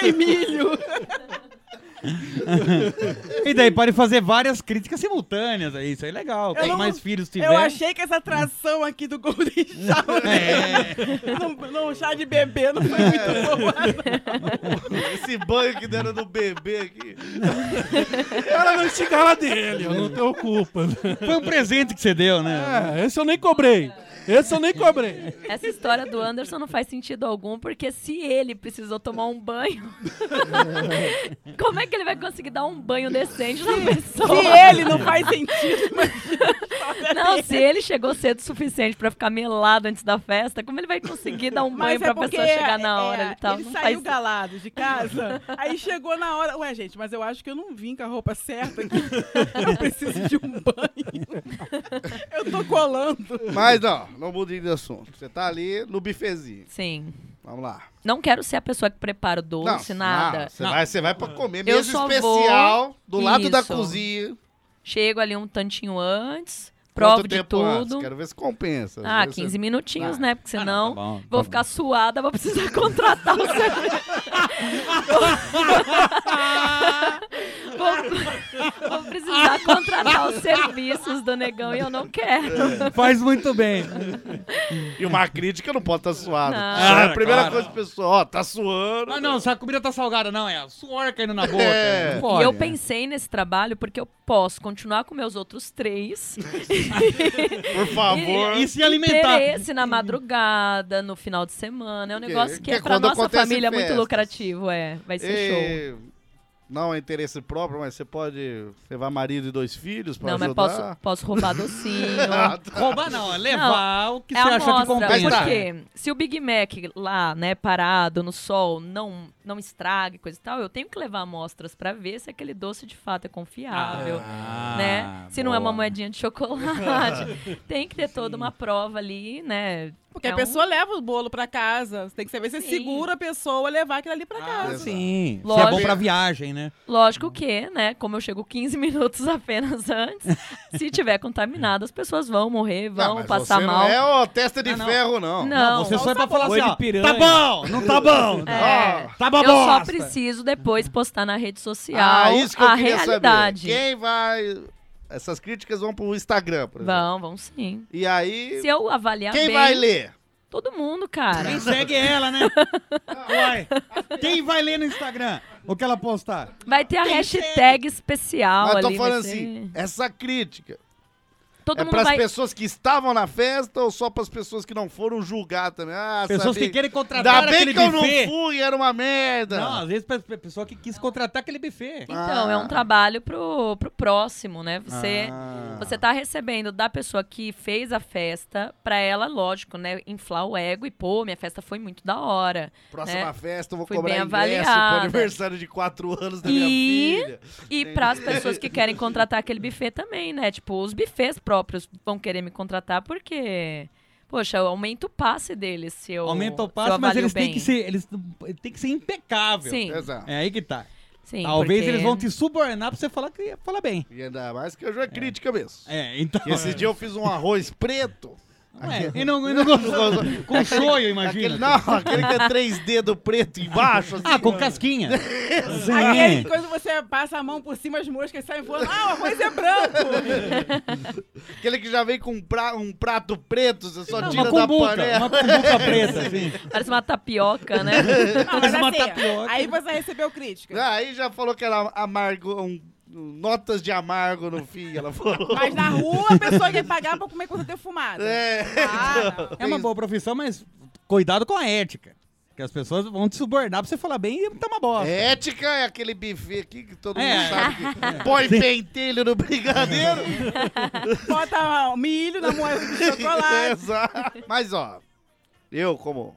Tem milho. Tem milho. Tá, E daí pode fazer várias críticas simultâneas. aí, Isso aí é legal. Eu Quanto não- mais filhos tiver. Eu achei que essa atração aqui do Golden Shower É. não, não, chá de bebê não foi muito boa. Esse banho que deram no bebê aqui. Cara, não estica é a dele, eu não tenho culpa. Foi um presente que você deu, né? É, esse eu nem cobrei. Esse eu nem cobrei. Essa história do Anderson não faz sentido algum, porque se ele precisou tomar um banho, como é que ele vai conseguir dar um banho decente na pessoa? Se ele não faz sentido, Não, se ele chegou cedo o suficiente pra ficar melado antes da festa, como ele vai conseguir dar um banho mas pra é porque pessoa chegar é, na hora é, e tal? ele Não saiu faz- galado de casa, aí chegou na hora. Ué, gente, mas eu acho que eu não vim com a roupa certa aqui. Eu preciso de um banho. Eu tô colando. Mas não, não mudei de assunto. Você tá ali no bifezinho. Sim. Vamos lá. Não quero ser a pessoa que prepara o doce, nada. não, Você vai, você vai pra comer Eu mesa só especial vou- do lado da Isso. cozinha. Chego ali um tantinho antes, provo Quanto de tempo antes? tudo. Quero ver se compensa. Às Ah, vezes 15 você- minutinhos, Ah. né? Porque senão bom, tá vou ficar suada, vou precisar contratar o serviço. vou, vou precisar contratar os serviços do negão e eu não quero. Faz muito bem. E uma crítica não pode estar tá suada. Não. Só é a Ah, primeira claro. coisa, pessoal, ó, tá suando. Ah, não, se a comida tá salgada, não, é suor caindo na boca. É. Não pode. E eu pensei nesse trabalho porque eu posso continuar com meus outros três. Por favor. E se alimentar. Interesse na madrugada, no final de semana. É um Que- negócio que, que é é pra quando nossa acontece família muito festas. lucrativo, é. Vai ser show. E- Não é interesse próprio, mas você pode levar marido e dois filhos pra Não, mas ajudar. posso, posso roubar docinho. Ah, Roubar não, é levar o que você achou que é amostra, compensa. Porque se o Big Mac lá, né, parado no sol, não, não estraga e coisa e tal, eu tenho que levar amostras pra ver se aquele doce de fato é confiável, Ah, né? Se não é uma boa. moedinha de chocolate. tem que ter toda uma prova ali, né? Porque É a um- pessoa leva o bolo pra casa. Você tem que saber se é seguro a pessoa levar aquilo ali pra casa. Sim. Se é Lógico. bom pra viagem, né? Lógico que, né? Como eu chego 15 minutos apenas antes, se tiver contaminado, as pessoas vão morrer, vão mas passar você mal. Ah, Não é ó, testa de ferro, não. Não. Você só é pra falar assim, Olho ó, de piranha. tá bom, não tá bom. É, Tá bom, eu só bosta. preciso depois postar na rede social Ah, isso que eu a queria realidade. saber. Quem vai. Essas críticas vão pro Instagram, por exemplo. Vão, vão sim. E aí. Se eu avaliar Quem bem- vai ler? Todo mundo, cara. Quem segue ela, né? Uai, quem vai ler no Instagram o que ela postar? Vai ter a Quem hashtag especial Mas eu ali. tô falando vai ser- assim, essa crítica. Todo é mundo pras vai- pessoas que estavam na festa ou só pras pessoas que não foram julgar também? Ah, Pessoas sabia- que querem contratar Ainda bem aquele que eu não buffet. fui, era uma merda. Não, às vezes a pessoa que quis contratar aquele buffet. Então, Ah. é um trabalho pro, pro próximo, né? Você, Ah. você tá recebendo da pessoa que fez a festa, pra ela, lógico, né? Inflar o ego e, pô, minha festa foi muito da hora. Próxima né? festa eu vou Fui cobrar bem ingresso avaliada. pro aniversário de 4 anos da minha E, filha. e para as pessoas que querem contratar aquele buffet também, né? Tipo, os buffets próprios vão querer me contratar porque, poxa, eu aumento o passe deles se eu Aumenta o se passo, eu mas avalio eles têm bem. que ser, eles têm que ser impecável. Sim. Exato. É aí que tá. Sim, Talvez porque- eles vão te subornar pra você falar que fala bem. E ainda mais que hoje é crítica mesmo. É, então. Que Esse dia eu fiz um arroz preto. É, e não, e não gostou. com shoyu, Aquele, imagina. não, aquele que é três dedos preto embaixo. assim. Ah, com casquinha. Aquele que Sim. quando você passa a mão por cima, as moscas saem voando. Ah, o arroz é branco! Aquele que já vem com um, pra- um prato preto, você só Não, tira uma da cumbuca, panela. uma cumbuca preta, assim. Parece uma tapioca, né? Não, mas uma assim, tapioca. aí você recebeu crítica. Aí já falou que era amargo, um- notas de amargo no fim, ela falou. Mas na rua a pessoa quer pagar pra comer coisa defumada. É. Ah, não. É uma boa profissão, mas cuidado com a ética. Porque as pessoas vão te subornar pra você falar bem e tá uma bosta. Ética é aquele buffet aqui que todo É. mundo sabe que põe pentelho no brigadeiro. Bota ó, milho na moeda de chocolate. Exato. Mas, ó, eu como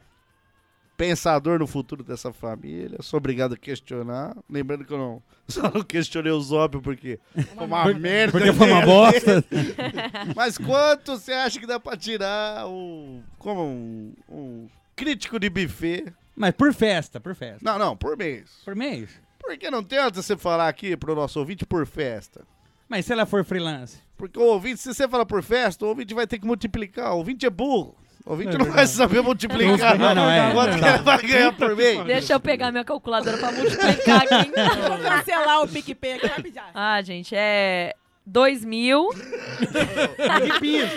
pensador no futuro dessa família, sou obrigado a questionar. Lembrando que eu não, só não questionei o Zóbio porque foi uma merda. Porque foi uma bosta. Mas quanto você acha que dá pra tirar o, como um, um crítico de buffet? Mas por festa, por festa. Não, não, por mês. Por mês. Por que não tenta você falar aqui pro nosso ouvinte por festa? Mas se ela for freelance? Porque o ouvinte, se você falar por festa, o ouvinte vai ter que multiplicar. O ouvinte é burro. O ouvinte É não vai verdade. saber multiplicar Não, não, é. quanto que ele vai ganhar por mês. Deixa eu pegar minha calculadora pra multiplicar aqui. então. Vou cancelar o PicPay aqui rapidinho. Ah, gente, é 2000, De piso.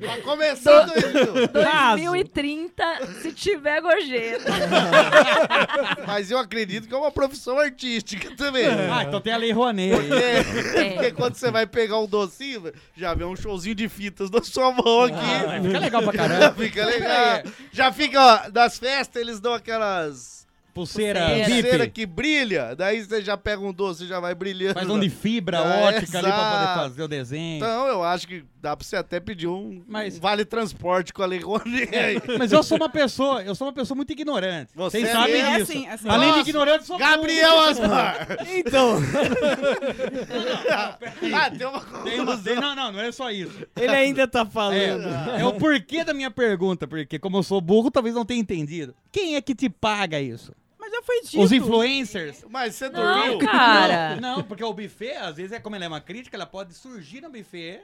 Tá começando isso. 2030, se tiver gorjeta. Mas eu acredito que é uma profissão artística também. Ah, então tem a Lei Rouanet aí. É, É. porque quando você vai pegar um docinho, já vê um showzinho de fitas na sua mão aqui. Ah, fica legal pra é caramba. Fica legal. Já fica, ó, das festas eles dão aquelas Pulseira, pulseira VIP. que brilha. Daí você já pega um doce e já vai brilhando. Faz um de fibra É, ótica ali pra poder exato. fazer o desenho. Então eu acho que dá pra você até pedir um, Mas- um vale-transporte com a Lei Rouanet aí. Mas eu sou uma pessoa, eu sou uma pessoa muito ignorante. Você Vocês é sabem mesmo? disso. Assim, assim. Além de Nossa, ignorante, eu sou Gabriel Asmar! Então, ah, tem uma Tem uma- tem- Não, não, não é só isso. ele ainda tá Ah, falando. É, é o porquê da minha pergunta, porque como eu sou burro, talvez não tenha entendido. Quem é que te paga isso? Mas já foi dito. Os influencers? Mas você Não, dormiu? cara. Não, porque o buffet, às vezes, é como ela é uma crítica, ela pode surgir no buffet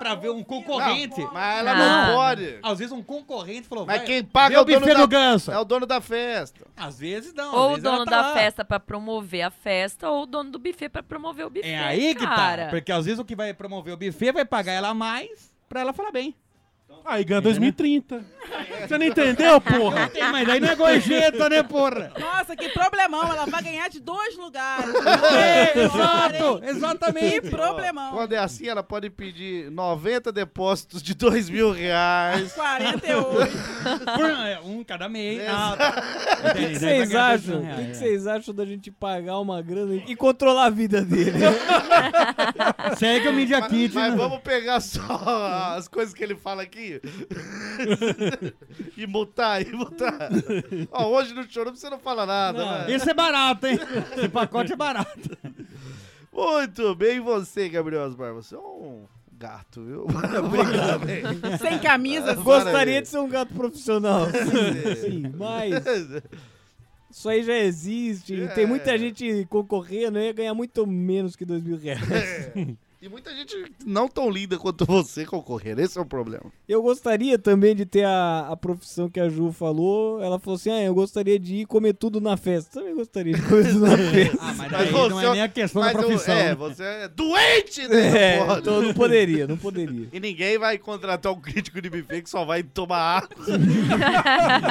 pra ver um concorrente. Mas ela Ah. não pode. Às vezes um concorrente falou, Mas vai, quem paga vê é o o buffet dono da- do ganso. É o dono da festa. Às vezes não. às Ou o vezes ela dono tá da lá. festa pra promover a festa, ou o dono do buffet pra promover o buffet. É aí que cara. tá. Porque às vezes o que vai promover o buffet vai pagar ela mais pra ela falar bem. Aí ganha 2030. Você não entendeu, porra? Tem, mas aí não é gorjeta, né, porra? Nossa, que problemão. Ela vai ganhar de dois lugares. Exato, exatamente. Que problemão. Quando é assim, ela pode pedir 90 depósitos de 2 mil reais. 48. Por- um cada mês. Ah, O que que vocês acham? O que que vocês acham da gente pagar uma grana e controlar a vida dele? Segue o Media Mas- Kit, Mas né? vamos pegar só as coisas que ele fala aqui e multar, e multar. Ó, hoje no choro você não fala nada. Não, né? Esse é barato, hein? Esse pacote é barato. Muito bem, e você, Gabriel Asmar? Você é um gato, viu? Obrigado. Sem camisa. Gostaria de ser um gato profissional. Sim, sim, mas. Isso aí já existe. Tem muita gente concorrendo, eu ia ganhar muito menos que dois mil reais. E muita gente não tão linda quanto você concorrer, esse é o problema. Eu gostaria também de ter a, a profissão que a Ju falou. Ela falou assim: ah, eu gostaria de ir comer tudo na festa. Também gostaria de comer tudo na festa. Ah, mas daí não é nem a questão da mas o- profissão. É, né? você é doente dessa É, porra. né? então não poderia, não poderia. E ninguém vai contratar um crítico de buffet que só vai tomar água.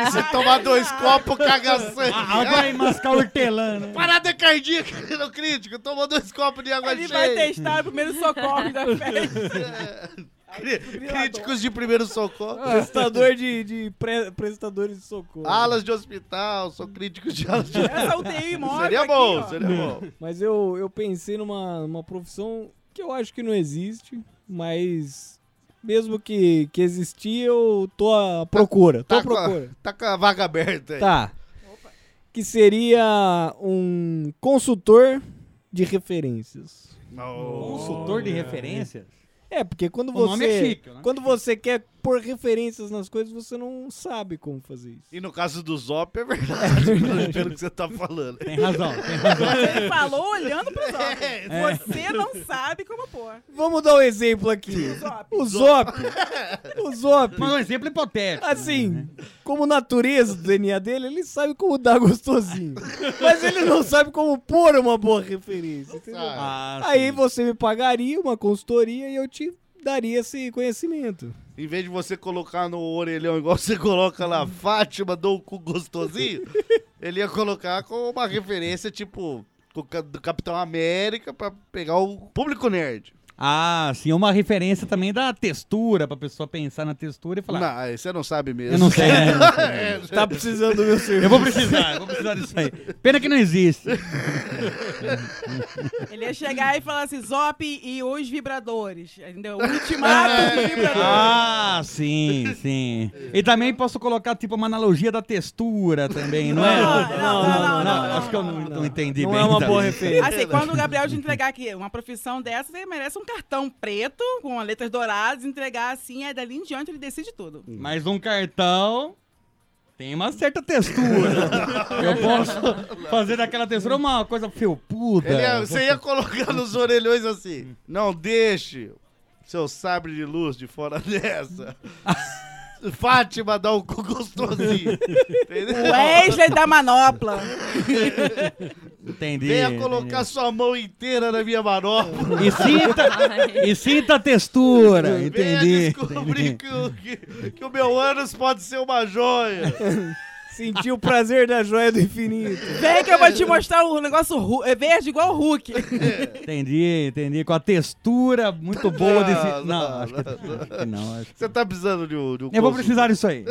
E se tomar dois copos, caga sangue. A água e mascar hortelã, né? Parada cardíaca no crítico. Tomou dois copos de água Ele cheia. vai testar o primeiro socorro da festa. Cri- Críticos de primeiro socorro. Prestador de, de pre- prestadores de socorro. Alas de hospital, sou crítico de alas de Essa UTI móvel Seria aqui, bom, ó. seria bom. Mas eu, eu pensei numa, numa profissão que eu acho que não existe, mas mesmo que, que existia, eu tô à procura. Tô à Tá com, procura. a, tá com a vaga aberta aí. Tá. Que seria um consultor de referências. um Consultor de referências? É, porque quando O você. nome é chique, o nome é quando você quer pôr referências nas coisas, você não sabe como fazer isso. E no caso do Zop, é verdade, pelo que você tá falando. Tem razão, tem razão. Mas Ele falou olhando pro Zop. É. Você não sabe como pôr. Vamos dar um exemplo aqui. Zop. O Zop. O Zop. Mas um exemplo hipotético. Assim, como natureza do DNA dele, ele sabe como dar gostosinho. mas ele não sabe como pôr uma boa referência. entendeu? Tá. Ah, Aí sim. você me pagaria uma consultoria e eu te daria esse conhecimento. Em vez de você colocar no orelhão igual você coloca lá, Fátima, dou um cu gostosinho, ele ia colocar com uma referência tipo do Ca- do Capitão América pra pegar o público nerd. Ah, sim, uma referência também da textura, pra pessoa pensar na textura e falar. Não, aí você não sabe mesmo. Eu não sei. né? É, Tá precisando do meu serviço. Eu vou precisar, eu vou precisar disso aí. Pena que não existe. Ele ia chegar e falar assim, Zop e os vibradores. Entendeu? O ultimato dos vibradores. Ah, sim, sim. E também posso colocar, tipo, uma analogia da textura também, não é? Não, não, não, não, não, não, Acho que eu não, não entendi Não bem. é uma boa também. referência. Assim, quando o Gabriel te entregar aqui uma profissão dessa, ele merece um cartão preto com letras douradas, entregar assim, é dali em diante ele decide tudo. Mas um cartão tem uma certa textura. Eu posso fazer daquela textura uma coisa felpuda. Ele ia- você ia colocar nos orelhões assim, não deixe seu sabre de luz de fora dessa. Fátima, dá um cu gostosinho. Entendeu? Wesley da manopla. Entendi. Venha colocar sua mão inteira na minha manopla. E sinta, e sinta a textura. Venha Entendi. descobrir que o, que- que o meu ânus pode ser uma joia. Sentir o prazer da joia do infinito. Vem que eu vou te mostrar um negócio ru- é verde igual o Hulk. Entendi, entendi. Com a textura muito boa desse. Não, Ah, não, acho, que... acho que não. acho que- Você tá precisando de um. de um Eu vou consultor. precisar disso aí.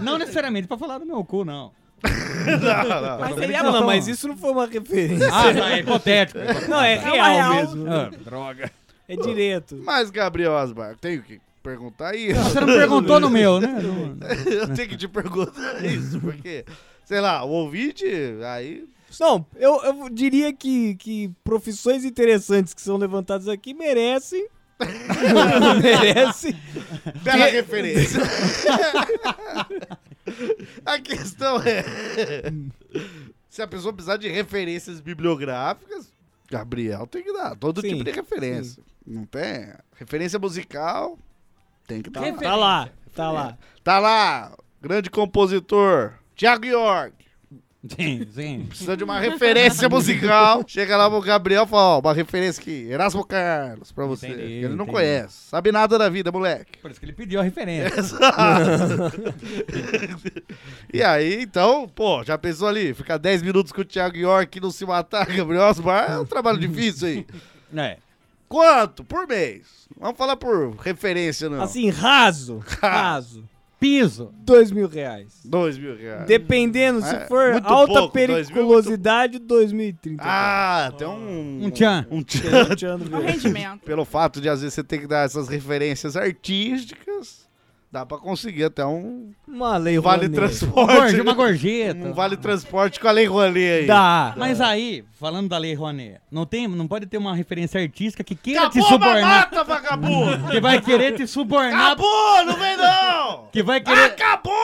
Não necessariamente pra falar do meu cu, não. Não, não. Mas seria Não, não, bom. mas isso não foi uma referência. Ah, tá, é hipotético. Não, é uma real, real. mesmo. Ah, droga. É direto. Mas, Gabriel Asbar, tenho que perguntar isso. Você não perguntou no meu, né? Eu tenho que te perguntar isso, porque, sei lá, o ouvinte, aí. Não, eu, eu diria que, que profissões interessantes que são levantadas aqui merecem. merecem. Bela Tá referência. a questão é. Se a pessoa precisar de referências bibliográficas, Gabriel tem que dar todo Sim, tipo de referência. Não tem? Referência musical, tem que dar. lá. Tá lá, tá lá. Tá lá, grande compositor, Thiago York. Sim, sim. Precisa de uma referência musical. Chega lá pro Gabriel e fala, ó, uma referência aqui. Erasmo Carlos, pra você. Entendi, que ele não entendi. conhece. Sabe nada da vida, moleque. Por isso que ele pediu a referência. Exato. e aí, então, pô, já pensou ali? Ficar 10 minutos com o Thiago York e não se matar, Gabriel Osmar, é um trabalho difícil aí. É. Quanto por mês? Vamos falar por referência, não. Assim, raso. Raso. Piso. Dois mil reais. Dois mil reais. Dependendo, se É, for muito alta pouco, dois mil, periculosidade, 2030. Ah, tem um. Um tchan. Um tchan. Tem um tchan do É um vídeo. rendimento. Pelo fato de, às vezes, você ter que dar essas referências artísticas, dá pra conseguir até um Uma lei vale Rouanet. transporte. Uma gorjeta. Um vale transporte com a Lei Rouanet aí. Dá. Mas aí, falando da Lei Rouanet, não, tem, não pode ter uma referência artística que queira te Acabou a subornar. mamata, vagabundo! Que vai querer te subornar. Acabou, não vem não! Que vai querer. Acabou!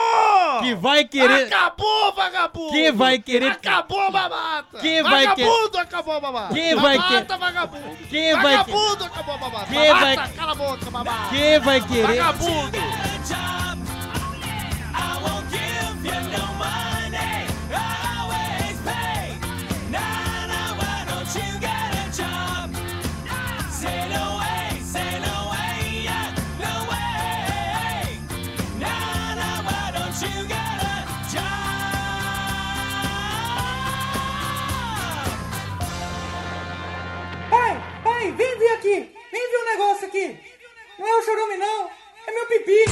Que vai querer. Acabou, vagabundo! Que vai querer- Acabou a mamata! Que vai vagabundo, acabou a mamata! Que vai mamata, vagabundo! Que vai que- vagabundo, acabou a mamata! Que mamata, vai- cala a boca, mamata! Que vai querer. Vagabundo! Pai, pai, vem ver aqui. Vem ver um negócio aqui. Não é o chorume, não. É meu pipi.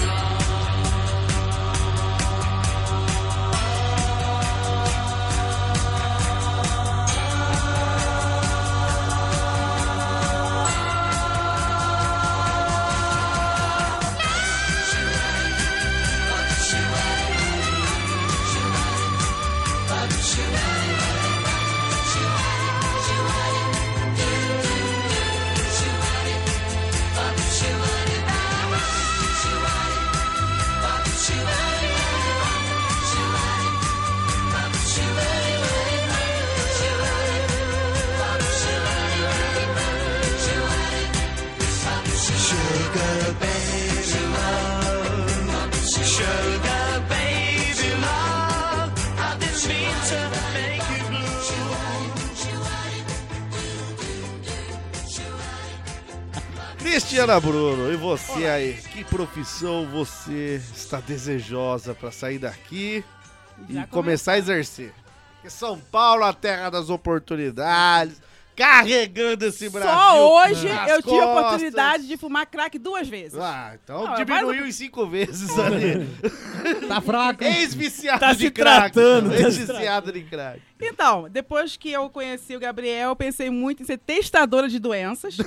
Cristiana Bruno, e você aí? Que profissão você está desejosa pra sair daqui e Já começar a exercer? Porque São Paulo é a terra das oportunidades, carregando esse Brasil. Só hoje nas eu tive a costas. oportunidade de fumar crack duas vezes. Ah, então Não, é diminuiu em cinco vezes ali. Tá fraco. É hein? Ex-viciado Tá de se crack. tratando, tá se Ex-viciado de crack. Então, depois que eu conheci o Gabriel, eu pensei muito em ser testadora de doenças.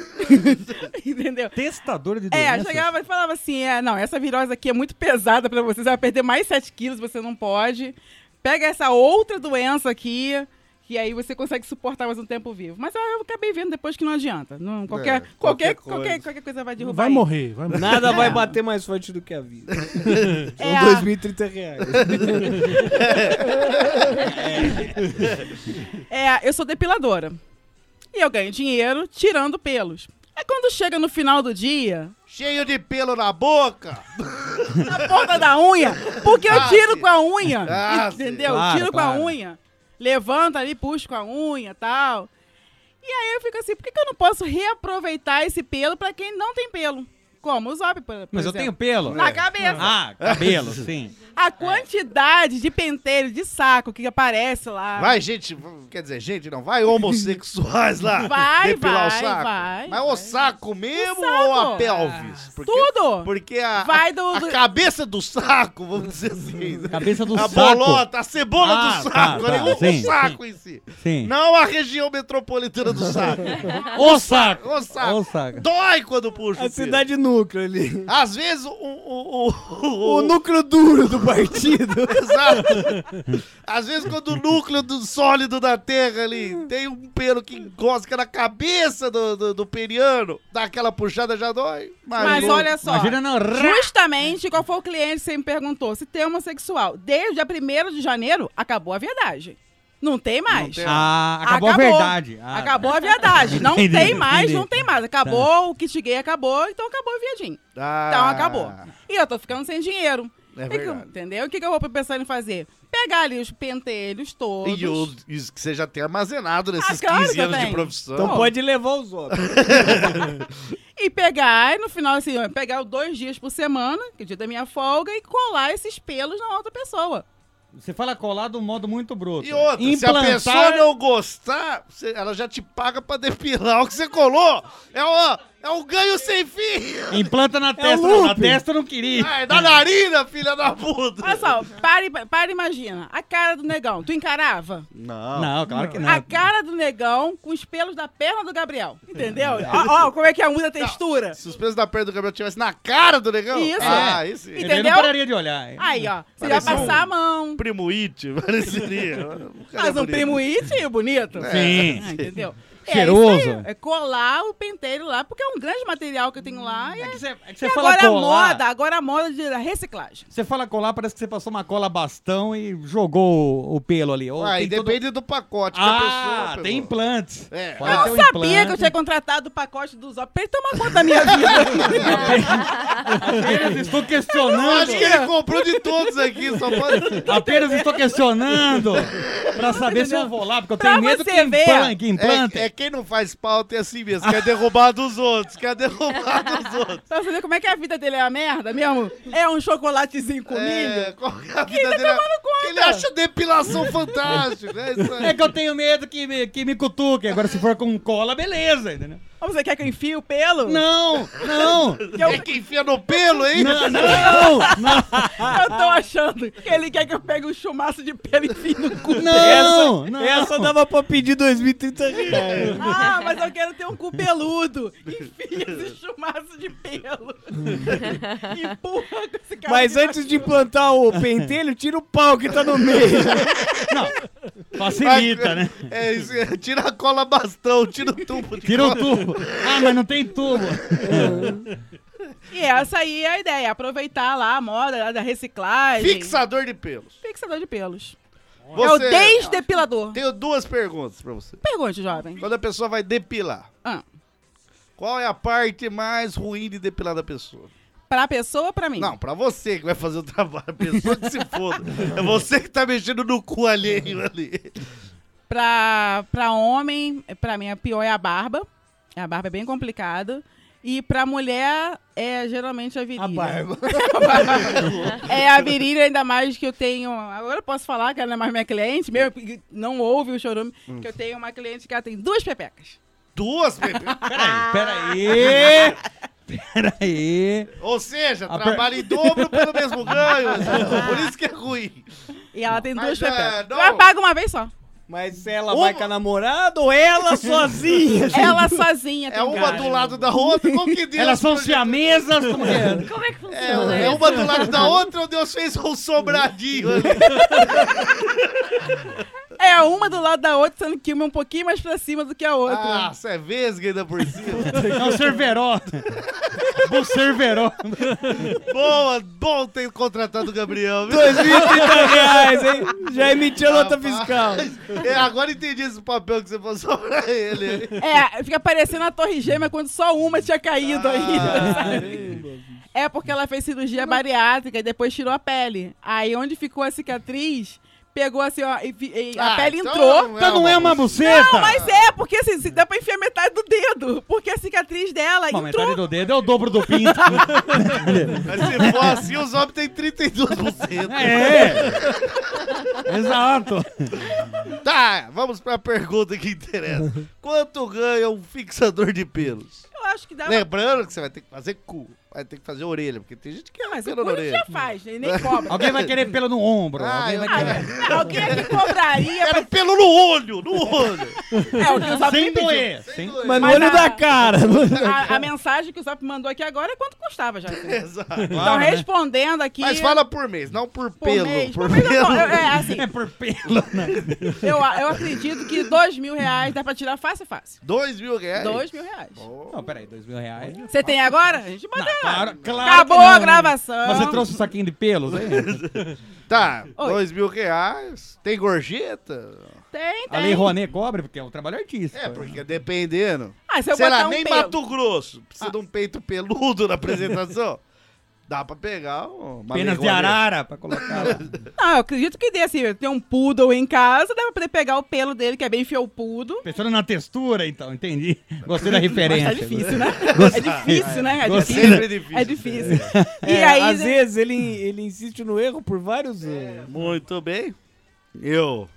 Entendeu? Testadora de É, doenças. chegava e falava assim: é, não, essa virose aqui é muito pesada pra você, você vai perder mais 7 quilos, você não pode. Pega essa outra doença aqui, que aí você consegue suportar mais um tempo vivo. Mas eu, eu acabei vendo depois que não adianta. Não, qualquer, É, qualquer qualquer, qualquer, coisa. qualquer, coisa vai derrubar. Vai ele. morrer, vai morrer. Nada é. vai bater mais forte do que a vida. É São a- 2030 reais. É, eu sou depiladora. E eu ganho dinheiro tirando pelos. Aí quando chega no final do dia, Cheio de pelo na boca. na ponta da unha, porque eu Ah, tiro sim. com a unha, Ah, entendeu? sim. Claro, tiro com claro. a unha, levanta ali, puxo com a unha, tal. E aí eu fico assim, por que, que eu não posso reaproveitar esse pelo pra quem não tem pelo? Como o Zop, por, por Mas eu exemplo. tenho pelo. Na cabeça. Ah, cabelo, sim. A quantidade de penteiro, de saco que aparece lá. Vai, gente, quer dizer, gente, não vai homossexuais lá. Vai, depilar o vai, saco. vai, Mas o vai. saco mesmo O saco. Ah, ou a pelvis? Porque, Tudo. Porque a, Vai do- a do- cabeça do saco, vamos dizer assim. Hum, Cabeça do a saco. bolota, a cebola Ah, do tá, saco, tá, né? o sim, saco sim. em si. Sim. Não a região metropolitana do saco. O saco. O saco. O saco. Dói quando puxa. a o pelo. cidade núcleo ali. Às vezes o. o, o, o- O núcleo duro do partido. Exato. Às vezes, quando o núcleo do sólido da Terra ali tem um pelo que encosta na cabeça do, do, do periano, dá aquela puxada, já dói. Mas o- olha só. Imagina não. Rá. Justamente qual foi o cliente que você me perguntou, se tem homossexual. Desde a 1 de janeiro, acabou a verdade. Não tem mais. É. Ah, acabou, a verdade. Ah, acabou a verdade. Não Entendi, tem mais, entendi. Tá. não tem mais. Acabou o kit gay, acabou, então acabou o viadinho. Ah, Então acabou. E eu tô ficando sem dinheiro. É Que que eu- verdade. entendeu? O que, que eu vou pensando em fazer? Pegar ali os pentelhos todos. E os, e os que você já tem armazenado nesses Ah, claro 15 que eu anos de tenho. profissão. Então pode levar os outros. E pegar, e no final, assim, ó, pegar os dois dias por semana, que é o dia da minha folga, e colar esses pelos na outra pessoa. Você fala colar de um modo muito bruto. E outra, se a pessoa não gostar, você- ela já te paga pra depilar o que você colou. É um, é um ganho sem fim. Implanta na testa. looping. na testa eu não queria. Ai, na narina, filha da puta. Olha só, Uhum. para, e- para e imagina. A cara do negão, tu encarava? Não. Não, claro que não. é- A cara do negão com os pelos da perna do Gabriel. Entendeu? Ó, ó, como é que é, muda a textura. Se os pesos da perna do Gabriel tivessem na cara do negão, Isso. ah, É. aí sim. Entendeu? Ele não pararia de olhar. Ah, Aí, ó, você vai Parecia um passar a mão. Primo It, pareceria. Um cara Mas um bonito. primo it bonito. É. Sim. Ah, entendeu? É Cheiroso. isso aí, É, colar o penteiro lá, porque é um grande material que eu tenho lá. E é, Hum. você e fala agora a colar. moda, agora a moda de reciclagem. Você fala colar, parece que você passou uma cola bastão e jogou o- o pelo ali. Ou Ah, e tem todo- depende do pacote que a pessoa Ah, pegou. tem implantes. É. Pode eu ter um sabia implante. que eu tinha contratado o pacote dos óculos pra ele tomar conta da minha vida. Apenas estou questionando. Eu acho que é ele comprou de todos aqui, só pode... Apenas estou questionando pra saber se eu vou lá, porque eu tenho medo que, implan- que implante. É, é quem não faz pauta é assim mesmo, quer derrubar dos outros, quer derrubar dos outros. pra você ver como é que a vida dele é uma merda mesmo? É um chocolatezinho com É, milho? qual que é a Que vida ele tá dele? tomando conta. Ele acha depilação fantástica, é isso aí. É que eu tenho medo que me, que me cutuque. Agora, se for com cola, beleza, entendeu? Ou Você quer que eu enfie o pelo? Não, não. Que eu, É que enfia no pelo, hein? Não, não, eu tô achando que ele quer que eu pegue um chumaço de pelo e enfie no cu. não, não. Essa dava pra pedir 2.030 reais. Ah, mas eu quero ter um cu peludo. Enfia esse chumaço de pelo. Empurra com esse cara. Mas antes de implantar o pentelho, tira o pau que tá no meio. Facilita, né? É isso, é, tira a cola bastão, tira o tubo. de Tira o cola. tubo. Ah, mas não tem tubo. E essa aí é a ideia, aproveitar lá a moda da reciclagem. Fixador de pelos. Fixador de pelos. Você- É o desdepilador. Tenho duas perguntas pra você. Pergunte, jovem. Quando a pessoa vai depilar, Ah, qual é a parte mais ruim de depilar da pessoa? pra pessoa ou pra mim? Não, pra você que vai fazer o trabalho, a pessoa que se foda. É você que tá mexendo no cu alheio ali. Pra, pra homem, pra mim, a pior é a barba. A barba é bem complicada. E pra mulher, é geralmente a virilha. A barba. é a virilha, ainda mais que eu tenho... Agora eu posso falar que ela não é mais minha cliente, mesmo que não ouve o chorume, Hum. que eu tenho uma cliente que ela tem duas pepecas. Duas, bebê. Peraí, peraí. Peraí. Ou seja, A per- trabalha em dobro pelo mesmo ganho. Por isso que é ruim. E ela tem Mas, duas é, pepecas. não. Ela paga uma vez só. Mas se ela Uma- vai com a namorada ou ela sozinha? Ela sozinha tem É uma cara. né? do lado da outra, como que Deus... Elas são projetou? siamesas. Como que é? Como é que É, funciona é isso? uma do lado da outra, ou Deus fez um sobradinho ali. É uma do lado da outra, sendo que uma é um pouquinho mais pra cima do que a outra. Ah, você é vesga ainda por cima. É o cerverota. O cerverota. Boa, bom ter contratado o Gabriel. viu? 2.030 reais, hein? Já emitiu a nota Rapaz. fiscal. É, agora entendi esse papel que você passou pra ele. É, fica parecendo a Torre Gêmea quando só uma tinha caído ainda. sabe? É porque ela fez cirurgia bariátrica e depois tirou a pele. Aí onde ficou a cicatriz, pegou assim, ó, e vi- e a Ah, pele então entrou. não Então não é uma buceta. Não, mas é, porque assim, se dá pra enfiar metade do dedo. Porque a cicatriz dela Bom, entrou. metade do dedo é o dobro do pinto. Mas se for assim, os homens têm 32%. É. Exato. Tá, vamos pra pergunta que interessa. Quanto ganha um fixador de pelos? Eu acho que dá Né, uma... Lembrando que você vai ter que fazer cu, vai ter que fazer orelha, porque tem gente que é Não, mas o pelo na cu ele orelha. já faz, né? E nem cobra. Alguém vai querer pelo no ombro. Ah, alguém vai eu querer. Ah, Alguém é que cobraria Quero um pelo no olho, no olho. pra... É, o que Tá o Zap Sem me pediu. doer. Sem doer. Mas no Mas olho a- da cara. A, a mensagem que o Zap mandou aqui agora é quanto custava já. Exato. Então, Claro, né? respondendo aqui. Mas fala por mês, não por, é- por pelo. mês, por por mês eu pelo. tô- eu- é, assim, É por pelo, né? eu, eu acredito que dois mil reais dá pra tirar fácil, fácil. Dois mil reais? Dois mil reais. Não, peraí, dois mil reais. Você tem agora? A gente Não, tá. manda. claro, claro Acabou que não, a né? gravação. Mas você trouxe um saquinho de pelos, hein? Tá, dois mil reais. Tem gorjeta? Tem, A Lei tem. Rouanet cobra, porque é um trabalho artístico. É, porque dependendo. Ah, se eu sei botar lá, um nem pelo. Ah. Mato Grosso. Precisa de um peito peludo na apresentação. Dá pra pegar um- uma Penas de negócio- arara pra colocar lá. Não, eu acredito que dê assim. Tem um poodle em casa, dá pra poder pegar o pelo dele, que é bem felpudo. Pensando na textura, então, entendi. Gostei da referência. Mas tá difícil, né? Gostei. É difícil, né? É Gostei. difícil. Sempre difícil. É difícil. E É, aí, às né? vezes ele, ele insiste no erro por vários erros. Muito bem. Eu,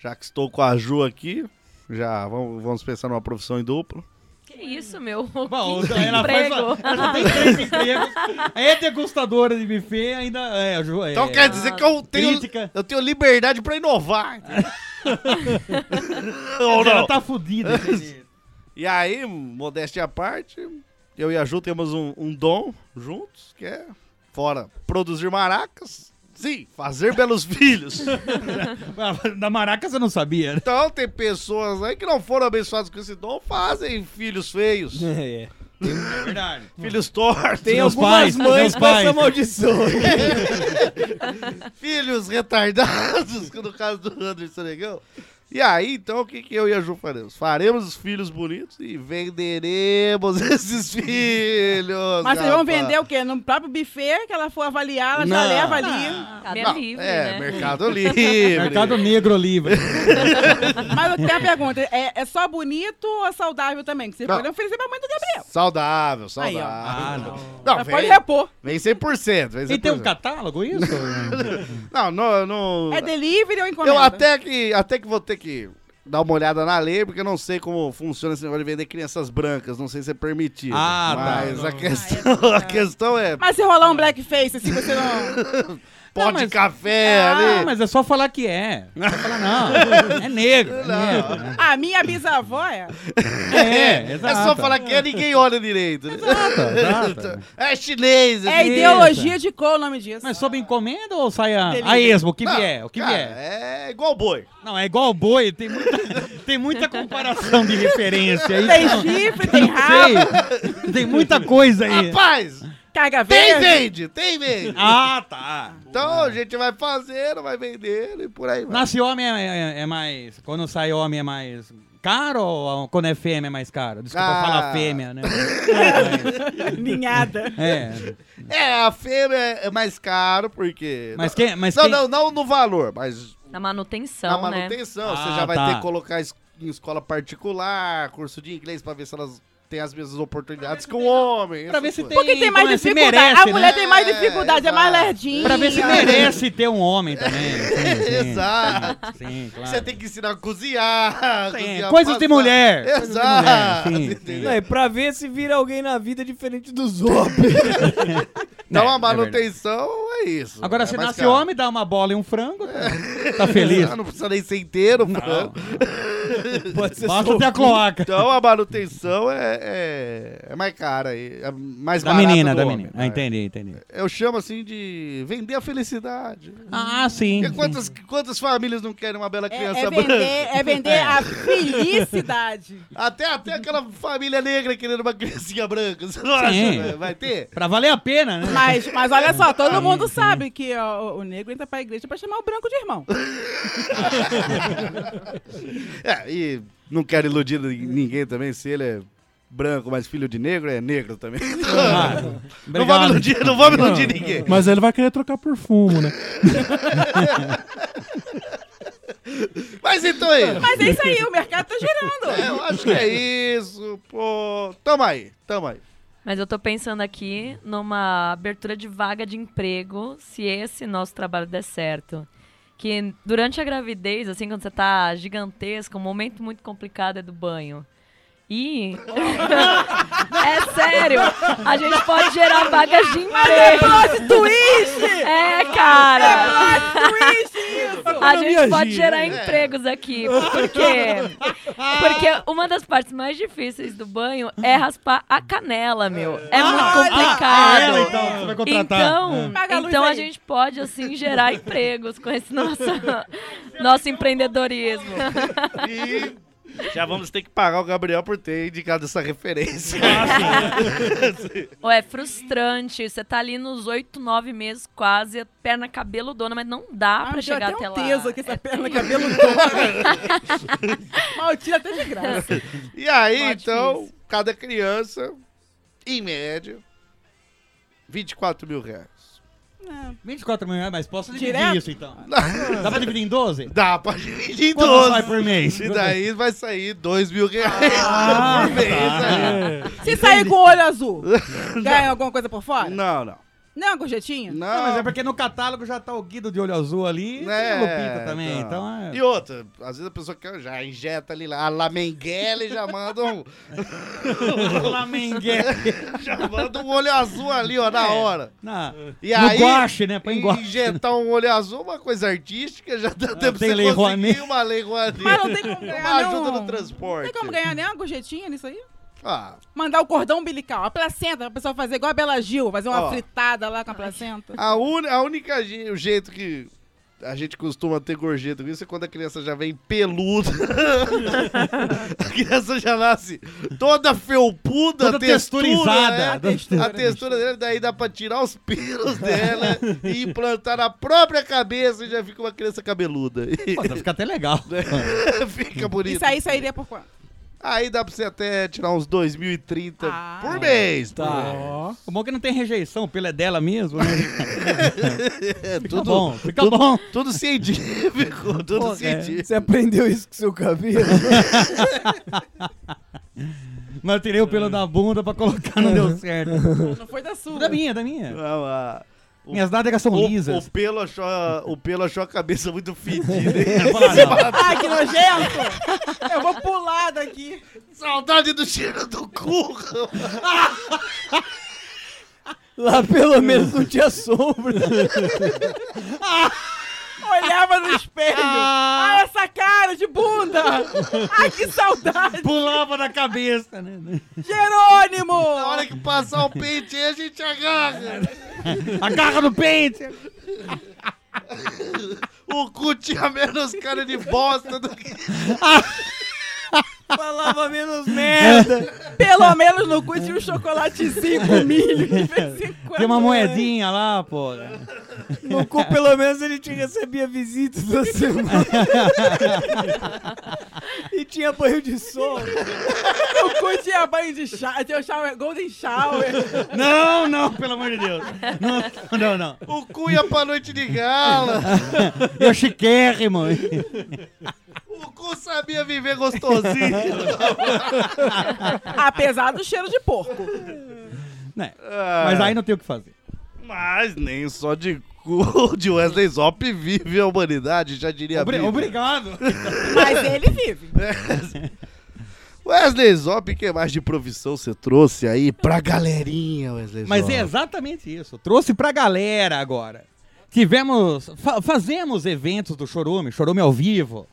já que estou com a Ju aqui, já vamos, vamos pensar numa profissão em duplo. Que isso, meu? Bom, Que ela faz emprego. uma- ela tem três empregos. Aí é degustadora de buffet, ainda é, Ju, é- Então quer dizer que eu tenho, Crítica. eu tenho liberdade pra inovar. Quer dizer, ela tá fudida. É e aí, modéstia à parte, eu e a Ju temos um, um dom juntos, que é, fora produzir maracas, sim, fazer belos filhos. da maraca você não sabia, né? Então tem pessoas aí que não foram abençoadas com esse dom, fazem filhos feios. É. Verdade. Filhos tortos. Tem Meus algumas pais, mães meus com pais. essa maldição. Filhos retardados, que no caso do Anderson Negão. E aí, então, o que, que eu e a Ju faremos? Faremos os filhos bonitos e venderemos esses filhos. Mas vocês vão rapaz. vender o quê? No próprio buffet que ela for avaliar, ela já Não. leva ali. Não, é, né? né? Mercado Livre. Mercado Negro Livre. Mas eu tenho a pergunta: é, é só bonito ou saudável também? Que vocês Não. podem oferecer pra mãe do Gabriel. Saudável, Aí, saudável. ó. Ah, não. Mas pode Então, repor. Vem 100%. Vem 100%. E tem um catálogo, isso? não, não, não. É delivery ou encomenda? Eu até que, até que vou ter que dar uma olhada na lei, porque eu não sei como funciona esse negócio de vender crianças brancas. Não sei se é permitido. Ah, tá. Mas a, questão, a questão é Ah, Mas se rolar um blackface, assim, você não... Não, pó de mas- café Ah, ali. mas é só falar que é. Não falar, não. É negro. É, negro, né? A minha bisavó é... é, É exato. só falar que é, ninguém olha direito. né? exato. É chinês. É chinês. ideologia de cor o nome disso. Mas sob encomenda ou sai a, Delivery. a esmo? O que Não, vier? O que cara, vier? É igual boi. Não, é igual boi, tem muita, tem muita comparação de referência aí. Tem Não- chifre, tem rabo, não sei. Tem muita coisa aí. Rapaz, carga tem verde. vende, tem vende. Ah, tá. Então a gente vai fazendo, vai vendendo e por aí vai. Nasce homem é, é- é mais. Quando sai homem é mais caro ou quando é fêmea é mais caro? Desculpa Ah. falar fêmea, né? Ninhada. É. É, a fêmea é mais caro porque... Mas quem. Mas não, quem... não, não no valor, mas Na manutenção, Então, na né? manutenção. Você Ah, já vai tá. ter que colocar es- em escola particular, curso de inglês, pra ver se elas têm as mesmas oportunidades que o homem. Pra essas ver se coisas. tem. Porque tem mais como é, se dificuldade. merece, a mulher né? tem mais É, dificuldade, é, mais exato. lerdinha. Pra ver se merece ter um homem também. Sim, sim, Exato. Sim, claro. Você tem que ensinar a Sim, cozinhar. cozinhar coisas passar. de mulher, coisas de Exato. mulher, sim, entendeu? Não, é pra ver se vira alguém na vida diferente dos outros. Então a É, é verdade. manutenção é, isso. Agora, é se mais nasce caro. homem, dá uma bola e um frango, tá, tá feliz. Ah, Não precisa nem ser inteiro, frango. Pode ser Basta só- ter a cloaca. Então a manutenção é, é, é mais cara. e É mais Da barata menina, do da homem, menina. né? Ah, entendi, entendi. Eu chamo assim de vender a felicidade. Ah, sim. Porque quantas, quantas famílias não querem uma bela É, criança é branca? vender, é vender a felicidade. Até, até aquela família negra querendo uma criancinha branca. Você não acha, Sim. né? Vai ter? Pra valer a pena, né? Mas, mas olha só, todo mundo sabe que ó, o, o negro entra pra igreja pra chamar o branco de irmão. É, e não quero iludir ninguém também. Se ele é branco, mas filho de negro, é negro também. Ah, não, vou me obrigado. iludir, não vou me iludir ninguém. Mas ele vai querer trocar por fumo, né? Mas então é isso. Mas é isso aí, o mercado tá girando. Eu acho que é isso, pô. Tamo aí, tamo aí. Mas eu tô pensando aqui numa abertura de vaga de emprego, se esse nosso trabalho der certo. Que durante a gravidez, assim, quando você tá gigantesca, um momento muito complicado é do banho. E. é sério! A gente pode gerar vagas de emprego. Twist! É, cara! Twist isso! A Economia gente pode gira, gerar né? empregos aqui. Por quê? Porque uma das partes mais difíceis do banho é raspar a canela, meu. É muito Ah, é ela, complicado. então, você vai contratar. Então, Paga a luz então aí. a gente pode, assim, gerar empregos com esse nosso, nosso empreendedorismo. E já vamos ter que pagar o Gabriel por ter indicado essa referência. Ou é frustrante, você tá ali nos oito, nove meses quase, a perna cabeludona, mas não dá pra chegar até até um lá. teso aqui, essa É perna, cabelo todo. Mal tira até de graça. E aí, Pode então, isso. cada criança, em média, 24 mil reais. 24 mil reais, mas posso dividir Direto? isso então? Dá pra dividir em 12? Dá pra dividir em Quanto 12. sai por mês? Ah, E daí vai sair 2 mil reais por mês. tá. né? Se sair com o olho azul, ganha alguma coisa por fora? Não, não. Não é uma gorjetinha? Não, mas é porque no catálogo já tá o Guido de olho azul ali e tem a Lupita também. Então, é... É, E outra, às vezes a pessoa quer, já injeta ali lá, a Lamenguele já manda um. Lamenguele. já manda um olho azul ali, ó, na É, hora. na- e no aí, guache, né, pra enguache. Injetar um olho azul, uma coisa artística, já dá tempo tem de Lei você Rouanet. conseguir uma lei Rouanet. Mas não tem como ganhar, Uma ajuda não. no transporte. Não tem como ganhar nem uma gorjetinha nisso aí? Ah, Mandar o cordão umbilical, a placenta, a pessoa fazer igual a Bela Gil, fazer uma Ó. fritada lá com a placenta. A, un- a única je- o jeito que a gente costuma ter gorjeta com isso é quando a criança já vem peluda. a criança já nasce toda felpuda, Toda textura, texturizada. né? A textura, A textura dela, daí dá pra tirar os pelos dela e implantar na própria cabeça e já fica uma criança cabeluda. Pô, fica até legal. fica bonito. Isso aí sairia por quanto? Aí dá pra você até tirar uns 2030 Ah. por mês. Tá. por mês. O bom é que não tem rejeição, o pelo é dela mesmo, né? É, Fica tudo bom, fica tudo- bom. Tudo científico, tudo Pô, é, científico. Você aprendeu isso com seu cabelo? Mas eu tirei o pelo da bunda pra colocar, não deu certo. É. Não foi da sua. Da minha, da minha. Ah, lá. O- Minhas nádegas são o- lisas. O pelo, achou, a- o pelo achou a cabeça muito fedida. hein? É, Ai, que nojento! Eu vou pular daqui. Saudade do cheiro do cu. Lá pelo menos não tinha sombra. Olhava no espelho. Ah, essa cara de bunda! Ai, que saudade! Pulava na cabeça, né? Jerônimo! Na hora que passar o pente aí, a gente agarra. Agarra no pente! O cu tinha menos cara de bosta do que... Falava menos merda. Pelo menos no cu tinha um chocolatezinho com milho de vez em quando. Tinha uma moedinha lá, pô. No cu, pelo menos, ele tinha recebia visitas da semana. e tinha banho de sol. No cu tinha banho de chá, tinha o shower, golden shower. Não, não, pelo amor de Deus. Não, não, não. O cu ia pra noite de gala. Eu chiquérrimo. O cu sabia viver gostosinho. Apesar do cheiro de porco. Né? Mas aí não tem o que fazer. Mas nem só de cu de Wesley Zop vive a humanidade, já diria Obri- Bíblia. obrigado. Mas ele vive. Wesley Zop, que mais de profissão você trouxe aí pra galerinha, Wesley Mas Zop? é exatamente isso. Trouxe pra galera agora. Tivemos. fa- fazemos eventos do Chorume, Chorume ao vivo.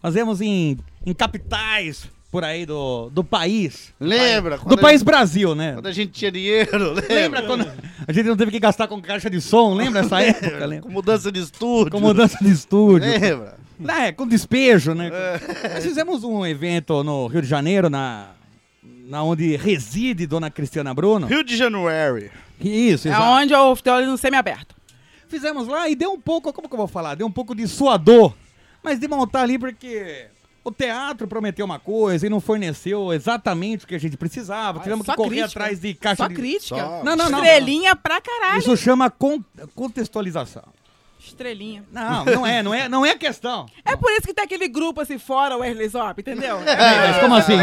Fazemos em, em capitais por aí do, do país. Lembra? do quando a país gente- Brasil, né? Quando a gente tinha dinheiro, né? lembra? Lembra quando a gente não teve que gastar com caixa de som? Lembra essa época? Lembra? Com mudança de estúdio. Com mudança de estúdio. Lembra? É, com despejo, né? É. Nós fizemos um evento no Rio de Janeiro, na, na onde reside Dona Cristiana Bruno. Rio de Janeiro. Isso, É exato. onde eu tenho no semi-aberto. Fizemos lá e deu um pouco, como que eu vou falar? Deu um pouco de suador, mas de montar ali porque o teatro prometeu uma coisa e não forneceu exatamente o que a gente precisava. Tivemos que correr atrás de caixa Ah, Só de... crítica. Só. Não, não, não. Estrelinha pra caralho. Isso chama con- contextualização. Estrelinha. Não, não é, não é, não é questão. É por isso que tem aquele grupo assim, fora o Wesley Zop, entendeu? Peraí, mas como assim?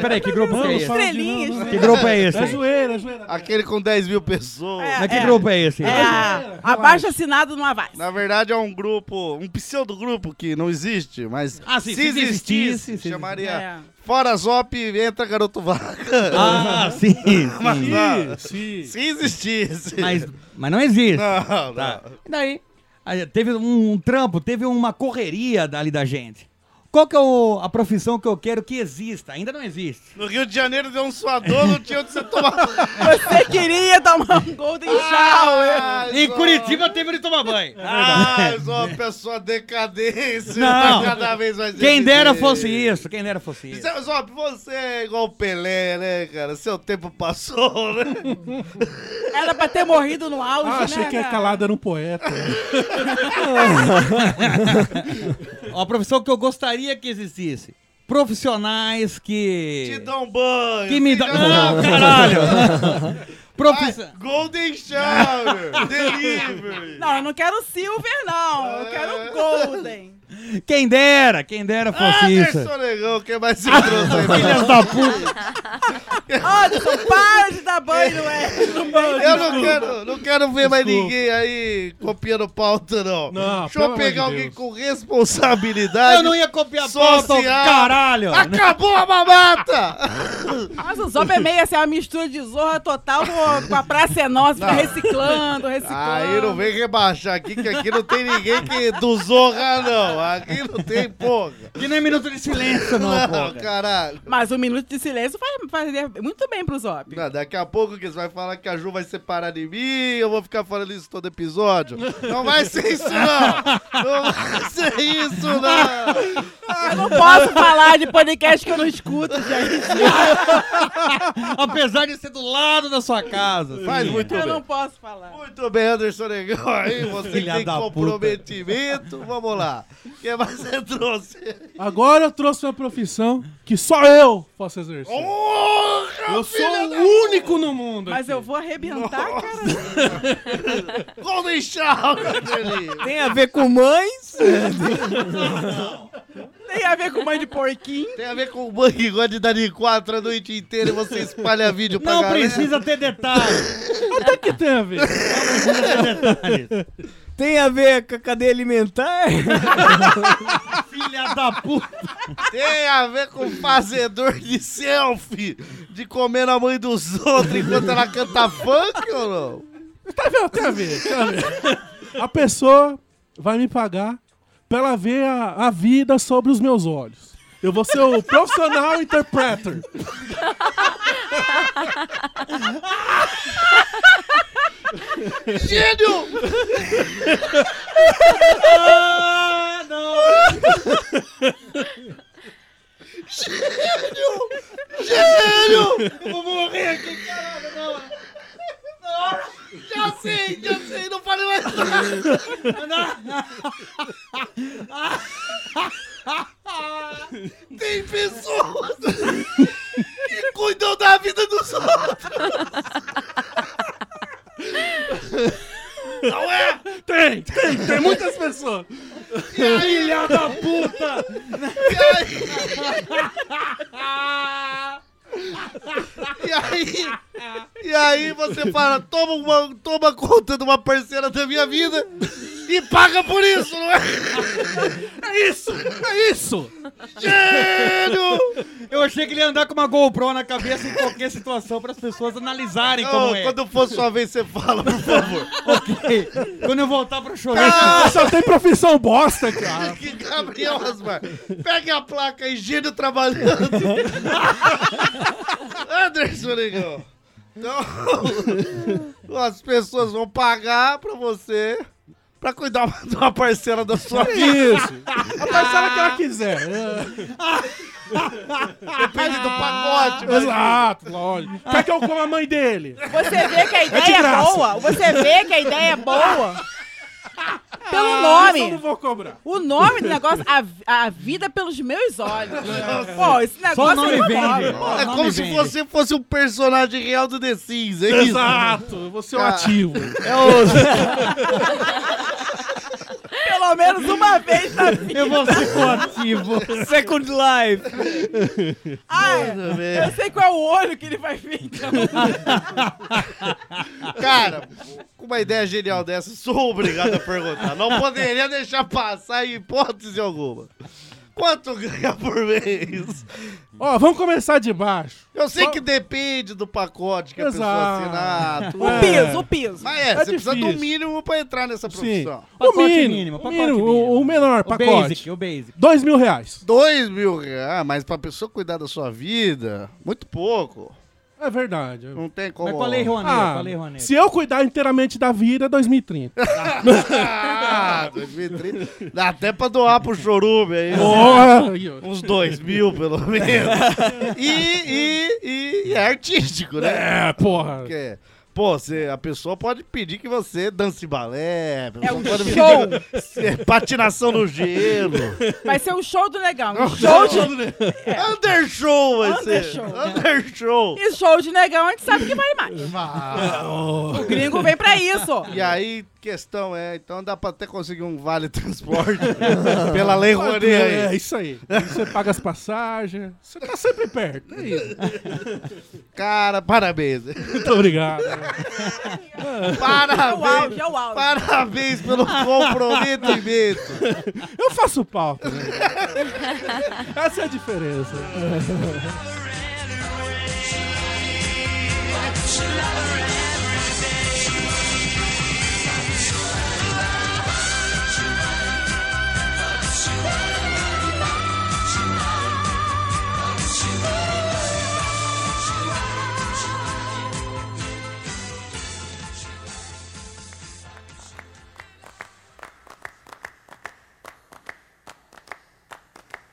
Peraí, que grupo é esse? Estrelinha, Que estrelinha. grupo é esse? É zoeira, é zoeira. Aquele com 10 mil pessoas. É. Mas que grupo é esse? É, a- abaixo assinado no Avaz. Na verdade, é um grupo, um pseudo grupo que não existe, mas Ah, sim, se, se existisse, existisse, se- chamaria É. Fora Zop, entra Garoto Vaca. Ah, sim, sim. mas, não, Sim. se existisse. Mas, mas não existe. Não, Tá. não. E daí, aí teve um, um trampo, teve uma correria dali da gente. Qual que é o- a profissão que eu quero que exista? Ainda não existe. No Rio de Janeiro deu um suador, não tinha onde você tomar. Você queria tomar um Golden Shower. Ah, Em Zop. Curitiba teve de tomar banho. Ah, só uma pessoa decadência. Tá Não. Cada vez mais Quem decadente. dera fosse isso, quem dera fosse isso. Zé Zop, você é igual o Pelé, né, cara? Seu tempo passou, né? Era pra ter morrido no auge, Ah, achei né, que a cara? calada era um poeta. Uma profissão que eu gostaria que existisse. Profissionais Te que. dão banho. Que me te dão. dão- Não, Ah, caralho! Profissão. Golden Shower! Delivery! Ah, É. Não, eu não quero Silver, não. Eu quero Golden. Quem dera, quem dera fosse isso. Anderson Negão, quem mais se Ah, trouxe aí? Filhas da puta. Anderson, para de dar banho no é? Wesley. Eu não quero, não quero ver mais ninguém aí copiando pauta, não. Não, Deixa pelo eu amor de pegar alguém Deus. com responsabilidade. Eu não ia copiar social. pauta, caralho. Acabou a mamata! Mas o Zop é meio assim, uma mistura de zorra total com, com a Praça é Nossa, fica reciclando, reciclando. Aí não vem rebaixar aqui, que aqui não tem ninguém que do Zorra, não. Aqui não tem porra. Que nem minuto de silêncio, não, Não, porra. caralho. Mas um minuto de silêncio faz, faria muito bem pro Zop. Não, daqui a pouco que você vai falar que a Ju vai separar de mim, eu vou ficar falando isso todo episódio. Não vai ser isso, não! Não vai ser isso, não! Eu não posso falar de podcast que eu não escuto, gente. Apesar de ser do lado da sua casa. Faz sim. muito Eu bem. não posso falar. Muito bem, Anderson Negão. Aí você Filha tem da puta. comprometimento. Vamos lá. O que mais você trouxe? Agora eu trouxe uma profissão que só eu posso exercer. eu sou o único no mundo. Mas eu vou arrebentar, cara. Golden Shower, Deli. Tem a ver com mães? É. Tem a ver com mãe de porquinho. Tem a ver com o banho que gosta de dar de quatro a noite inteira e você espalha vídeo pra Não galera. precisa ter detalhe. Até que tem a ver. Tem a ver com a cadeia alimentar? Filha da puta. Tem a ver com fazedor de selfie, de comer na mãe dos outros enquanto ela canta funk ou não? Não, tem a ver, tem a ver. A pessoa vai me pagar pra ela ver a, a vida sobre os meus olhos. Eu vou ser o profissional interpreter. Gênio! Ah, não. Gênio! Eu vou morrer aqui, caralho, não. Já sei, já sei, não fale mais nada. Tem pessoas que cuidam da vida dos outros. Não é? Tem, tem, tem muitas pessoas. E aí, Filha da puta. E aí? E aí? E aí você fala, toma, uma, toma conta de uma parceira da minha vida e paga por isso, não é? É isso! É isso! Gênio! Eu achei que ele ia andar com uma GoPro na cabeça em qualquer situação para as pessoas analisarem como Ô, é. Quando for sua vez, você fala, por favor. Ok. Quando eu voltar pra chorar, Ah, só tem profissão bosta, cara. Que Gabriel Asmar, pegue a placa e gênio trabalhando. Anderson Negão. Então, as pessoas vão pagar pra você pra cuidar de uma parcela da sua vida. Isso. A parcela que ela quiser. Depende do pacote, mas Exato, lógico. Quer que eu coma a mãe dele? Você vê que a de ideia é, graça. boa. Você vê que a ideia é boa. Pelo Isso Ah, eu não nome. vou cobrar. O nome do negócio, a, a vida pelos meus olhos. Pô, esse só o negócio nome é vende. imóvel. é como se você fosse um personagem real do The Sims, é isso? Exato, eu vou ser o Cara. ativo. É o... Pelo menos uma vez na vida. Eu vou ser o ativo. Second Life. Ah, é. eu sei qual é o olho que ele vai ver, então. Cara, com uma ideia genial dessa, sou obrigado a perguntar. Não poderia deixar passar em hipótese alguma. Quanto ganha por mês? Ó, vamos começar de baixo. Eu sei que depende do pacote que a Exato. pessoa assinar. tudo. O piso, o piso. Mas é, É você precisa do difícil. mínimo pra entrar nessa Sim. profissão. O Pacote mínimo, mínimo, o pacote mínimo, mínimo. O, o menor O pacote. basic, o basic. Dois mil reais. Dois mil reais, mas pra pessoa cuidar da sua vida, muito pouco. É verdade. Não tem como. Mas qual é, Rouanet? Ah, qual é, Rouanet? se eu cuidar inteiramente da vida, é 2030. Ah, 2030. Dá até pra doar pro chorume aí. né? Porra, aí, ó. Uns dois mil, pelo menos. E, e, e, e é artístico, né? é, porra. Porque Pô, você, a pessoa pode pedir que você dance balé. a pessoa um pode show. pedir- patinação no gelo. Vai ser o show do negão. show de... É. Under show vai Under ser. show. Under show. E show de negão a gente sabe que vai mais. O gringo vem pra isso. E aí, questão é, então dá pra até conseguir um vale transporte pela lei Rouanet aí. É, isso aí. Você paga as passagens. Você tá sempre perto. É isso. Cara, parabéns. Muito É obrigado. o Parabéns. auge, é o auge. Parabéns pelo comprometimento. Eu faço pauta. né? Essa é a diferença. Lollipop, lollipop,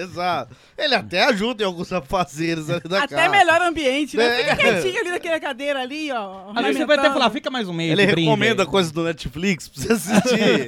Exato. Ele até ajuda em alguns afazeres ali da Até casa. melhor ambiente, né? É. Fica quietinho ali naquela cadeira ali, ó. Às vezes você vai até ornamentando. falar, fica mais um mês. Ele de brinde recomenda aí. coisas do Netflix pra você assistir.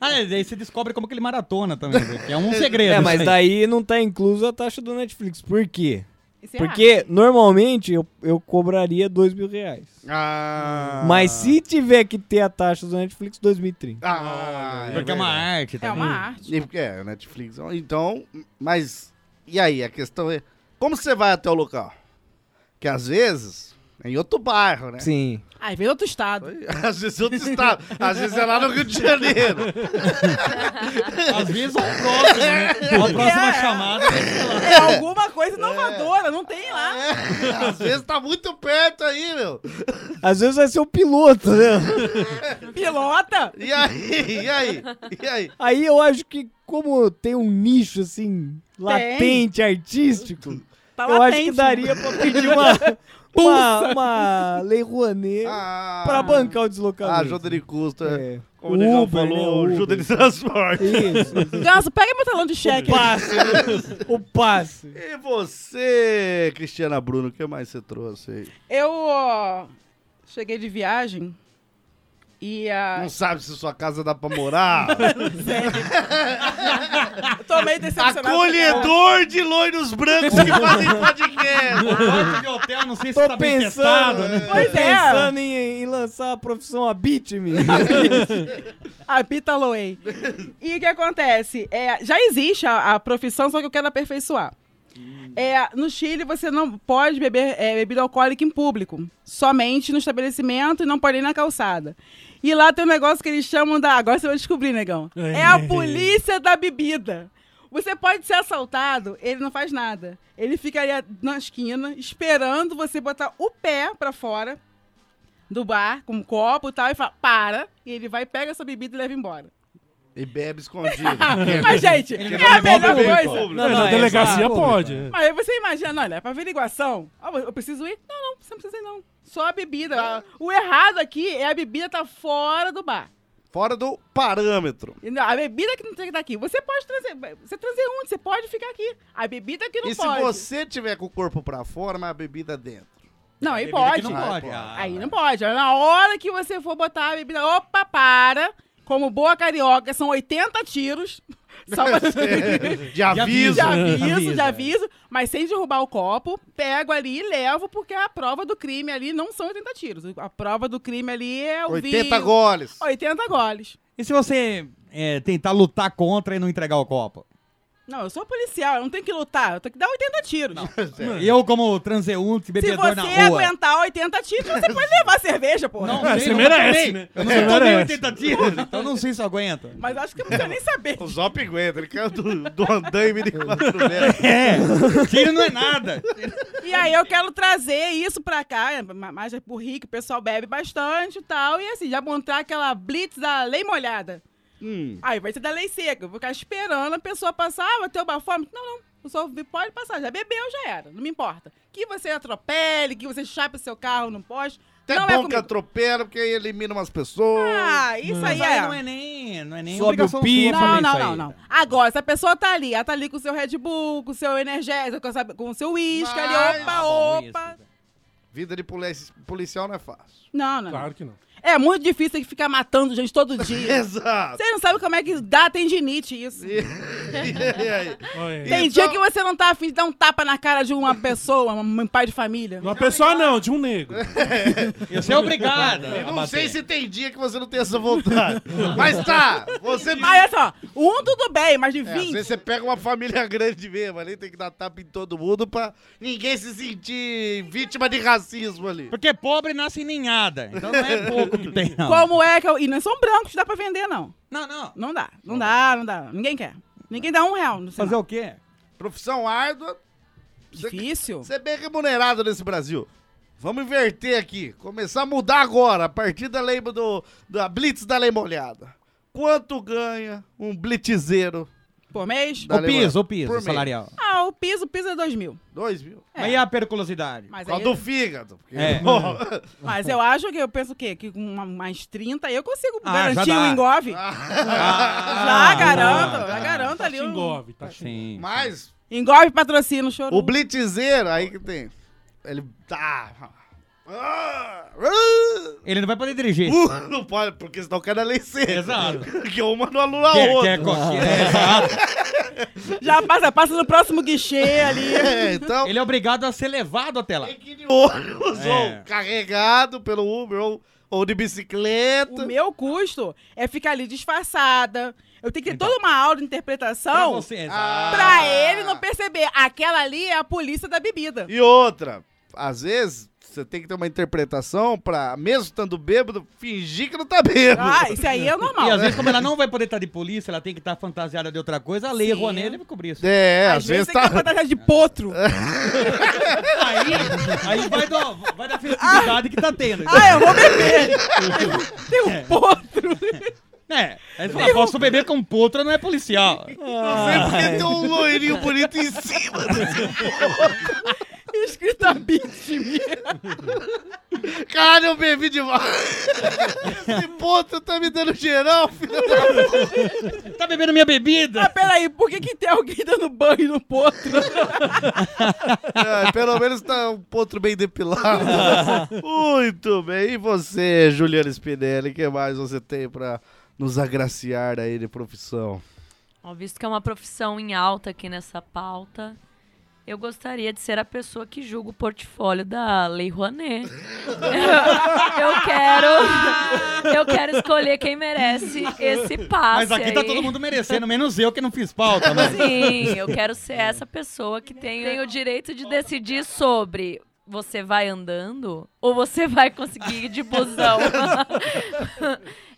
Ah, é, daí você descobre como que ele maratona também, viu? que é um segredo. É, mas isso aí. daí não tá incluso a taxa do Netflix. Por quê? Isso é Porque normalmente eu, eu cobraria dois mil reais. ah. Mas se tiver que ter a taxa do Netflix, 2030. Ah, é Porque é, uma verdade. arte É também. uma arte. E porque É, Netflix. Então, mas. E aí, a questão é. Como você vai até o local? Que às vezes. É em outro bairro, né? Sim. Aí vem outro estado. Às vezes é outro estado. Às vezes é lá no Rio de Janeiro. Às vezes é o próximo, né? A próxima É. chamada. É alguma coisa inovadora, não tem lá. É, às vezes tá muito perto aí, meu. Às vezes vai ser o piloto, né? Pilota. E aí? E aí? E aí? Aí eu acho que, como tem um nicho assim, latente, artístico, Tá eu acho que latente. daria pra pedir uma, uma, uma Lei Rouanet Ah, pra bancar o Ah, deslocamento. ajuda de custo. é. É. Como o Negão Uber, falou, né? ajuda Uber. de transporte. Isso, isso. Ganso, pega meu talão de cheque. passe, né? o passe. E você, Cristiana Bruno, o que mais você trouxe aí? Eu ó, cheguei de viagem e a. Não sabe se sua casa dá pra morar. Tô meio decepcionado. Acolhedor de loiros brancos que fazem podcast. Quarto de hotel, não sei se Tô tá bem pensando, testado, né? tô Pois é. pensando em, em lançar a profissão Abitme. Tá A Pita Loei. E o que acontece? É, já existe a, a profissão, só que eu quero aperfeiçoar. É, no Chile, você não pode beber é, bebida alcoólica em público. Somente no estabelecimento e não pode ir na calçada. E lá tem um negócio que eles chamam da. Agora você vai descobrir, negão. É a polícia da bebida. Você pode ser assaltado, ele não faz nada. Ele fica ali na esquina, esperando você botar o pé pra fora do bar, com um copo e tal, e fala, para. E ele vai, pega essa bebida e leva embora. E bebe escondido. Mas, gente, Ele é vai a levar melhor o bebê, coisa. tá Mas na é delegacia só- pode. Mas aí você imagina, olha, pra averiguação, ó, eu preciso ir? Não, não, você não precisa ir, não. Só a bebida. O errado aqui é a bebida tá fora do bar. Fora do parâmetro. Entendeu? A bebida que não tem que estar aqui. Você pode trazer. Você é transeunte, você pode ficar aqui. A bebida que não e se pode. você tiver com o corpo pra fora, mas a bebida dentro? Não, aí Bebida que pode. Não Ah, pode. pode. Ah, Aí não pode. é Na hora que você for botar a bebida, opa, para. Como boa carioca, são 80 tiros. Só pra... É, De aviso. De Avisa. aviso, de Avisa. aviso, mas sem derrubar o copo, pego ali e levo, porque a prova do crime ali não são 80 tiros. A prova do crime ali é o 80 vinho, goles. 80 goles. E se você é, tentar lutar contra e não entregar o copo? Não, eu sou policial, eu não tenho que lutar, eu tenho que dar 80 tiros. É. Eu, como transeunte, Se bebedor na você rua. aguentar 80 tiros, você pode levar a cerveja, pô. Não, É, sei, você não merece, tomei. né? Eu Você não tomei merece. 80 tiros, então não sei se eu aguento. Mas acho que não precisa nem saber. O Zop aguenta, ele caiu do, do andaime de quatro metros. É, tiro não é nada. E aí eu quero trazer isso pra cá, é, ma- mais é pro Rick, o pessoal bebe bastante e tal, e assim, já montar aquela blitz da lei Hum. molhada. Aí vai ser da lei seca, eu vou ficar esperando a pessoa passar, ah, vai ter uma fome. Não, não, O sol pode passar. Já bebeu, já era. Não me importa. Que você atropele, que você chape o seu carro num poste. Até não bom é que comigo. atropela, porque aí elimina umas pessoas. Ah, isso aí Mas é. não é nem, não é nem Sobe o obrigação pipa, sua Não, fazer não, isso não, aí. não. Agora, se a pessoa tá ali, ela tá ali com o seu Red Bull, com o seu energético, com, essa- com o seu uísque ali, Mas- opa, Ah, é bom, opa. Vida de polici- policial não é fácil. Não, não. Claro que não. É muito difícil ter que ficar matando gente todo dia. Exato. Você não sabe como é que dá tendinite isso. E aí? Então, Tem dia que você não tá afim de dar um tapa na cara de uma pessoa, um pai de família. Uma pessoa não, de um negro. Você é obrigado. Eu a não bater. sei se tem dia que você não tem essa vontade. mas tá, você. Olha só, um tudo bem, mas de 20. É, às vezes você pega uma família grande mesmo ali, tem que dar tapa em todo mundo pra ninguém se sentir vítima de racismo ali. Porque pobre nasce em ninhada. Então não é pouco que tem, não. Como é que eu... E não são brancos, dá pra vender, não. Não, não. Não dá, não, dá, não dá. Ninguém quer. Ninguém dá um real. No Fazer o quê? Profissão árdua. Difícil. Você é bem remunerado nesse Brasil. Vamos inverter aqui. Começar a mudar agora, a partir da lei do, da Blitz da Lei Molhada. Quanto ganha um blitzeiro? Por mês? O piso, o piso salarial. Ah, o piso, o piso é dois mil. Dois mil? Aí é a periculosidade. É, Mas Qual aí- do fígado? Porque- É. Mas eu acho que eu penso o quê? Que com uma- mais 30 eu consigo Ah, garantir já dá. o engove. Ah, Ah, já garanto, já garanto ali. um- Engove, tá Sim. Mas. Engove patrocínio, choro. O blitzeiro, aí que tem. Ele tá. Ah! Ele não vai poder dirigir. Um Uh, não pode, porque senão cai na lei seca. Exato. que uma não anula a Quer- outra. quer qualquer- É. Exato. Já passa, passa no próximo guichê ali. então... Ele é obrigado a ser levado até lá. ônibus É. ou carregado pelo Uber ou, ou de bicicleta. O meu custo é ficar ali disfarçada. Eu tenho que ter toda uma aula de Pra interpretação você, exato. pra ele não perceber. Aquela ali é a polícia da bebida. E outra, às vezes você tem que ter uma interpretação pra, mesmo estando bêbado, fingir que não tá bêbado. Ah, isso aí é normal. E às vezes, como ela não vai poder estar de polícia, ela tem que estar fantasiada de outra coisa, a lei errou nele e vai cobrir isso. É, às, vezes, tá. É. de potro. aí, aí vai, do, vai da festividade que tá tendo. Ah, eu vou beber. Tem um potro. É, aí fala, posso beber com potro, não é policial. Não sei porque tem um loirinho bonito em cima desse Escrita vítima. Cara, eu bebi demais. Esse ponto tá me dando geral, filho da puta. Tá bebendo minha bebida? Ah, peraí, por que, que tem alguém dando banho no potro? É, pelo menos tá um potro bem depilado. Muito bem. E você, Juliana Spinelli, o que mais você tem pra nos agraciar aí de profissão? Ó, visto que é uma profissão em alta aqui nessa pauta, eu gostaria de ser a pessoa que julga o portfólio da Lei Rouanet. eu quero eu quero escolher quem merece esse passe Mas aqui tá aí. todo mundo né? merecendo, menos eu que não fiz pauta, mas... Sim, eu quero ser essa pessoa que tem, tem o direito de decidir sobre você vai andando ou você vai conseguir ir de busão.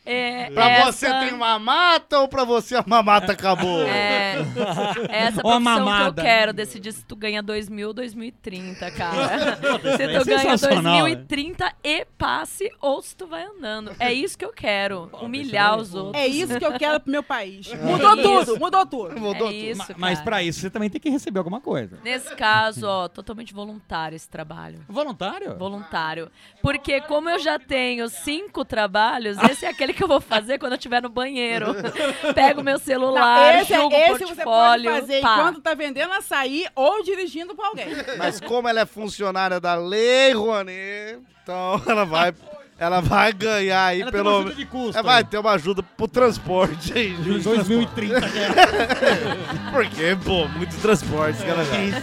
É, Pra essa- você tem mamata ou pra você a mamata acabou? É, essa Ou a profissão que eu mamada. quero, decidir se tu ganha 2000 ou 2030, cara. Isso se é tu ganha sensacional, né? 2030 e passe ou se tu vai andando. É isso que eu quero, né? humilhar os outros. É isso que eu quero pro meu país. Mudou tudo, mudou tudo. Mudou É tudo. isso, Ma- Mas pra isso você também tem que receber alguma coisa. Nesse caso, ó, totalmente voluntário esse trabalho. Voluntário? Voluntário. Porque como eu já tenho cinco trabalhos, esse é aquele que eu vou fazer quando eu estiver no banheiro. Pego meu celular, Não, esse, é- jogo o esse você pode portfólio. fazer pá. enquanto tá vendendo açaí ou dirigindo pra alguém. Mas como ela é funcionária da Lei Rouanet, então ela vai, ela vai ganhar aí Ela tem pelo uma ajuda de custo Ela vai aí. ter uma ajuda pro transporte aí. Em 2030, né? Porque, pô, muito transporte né, que ela ganha.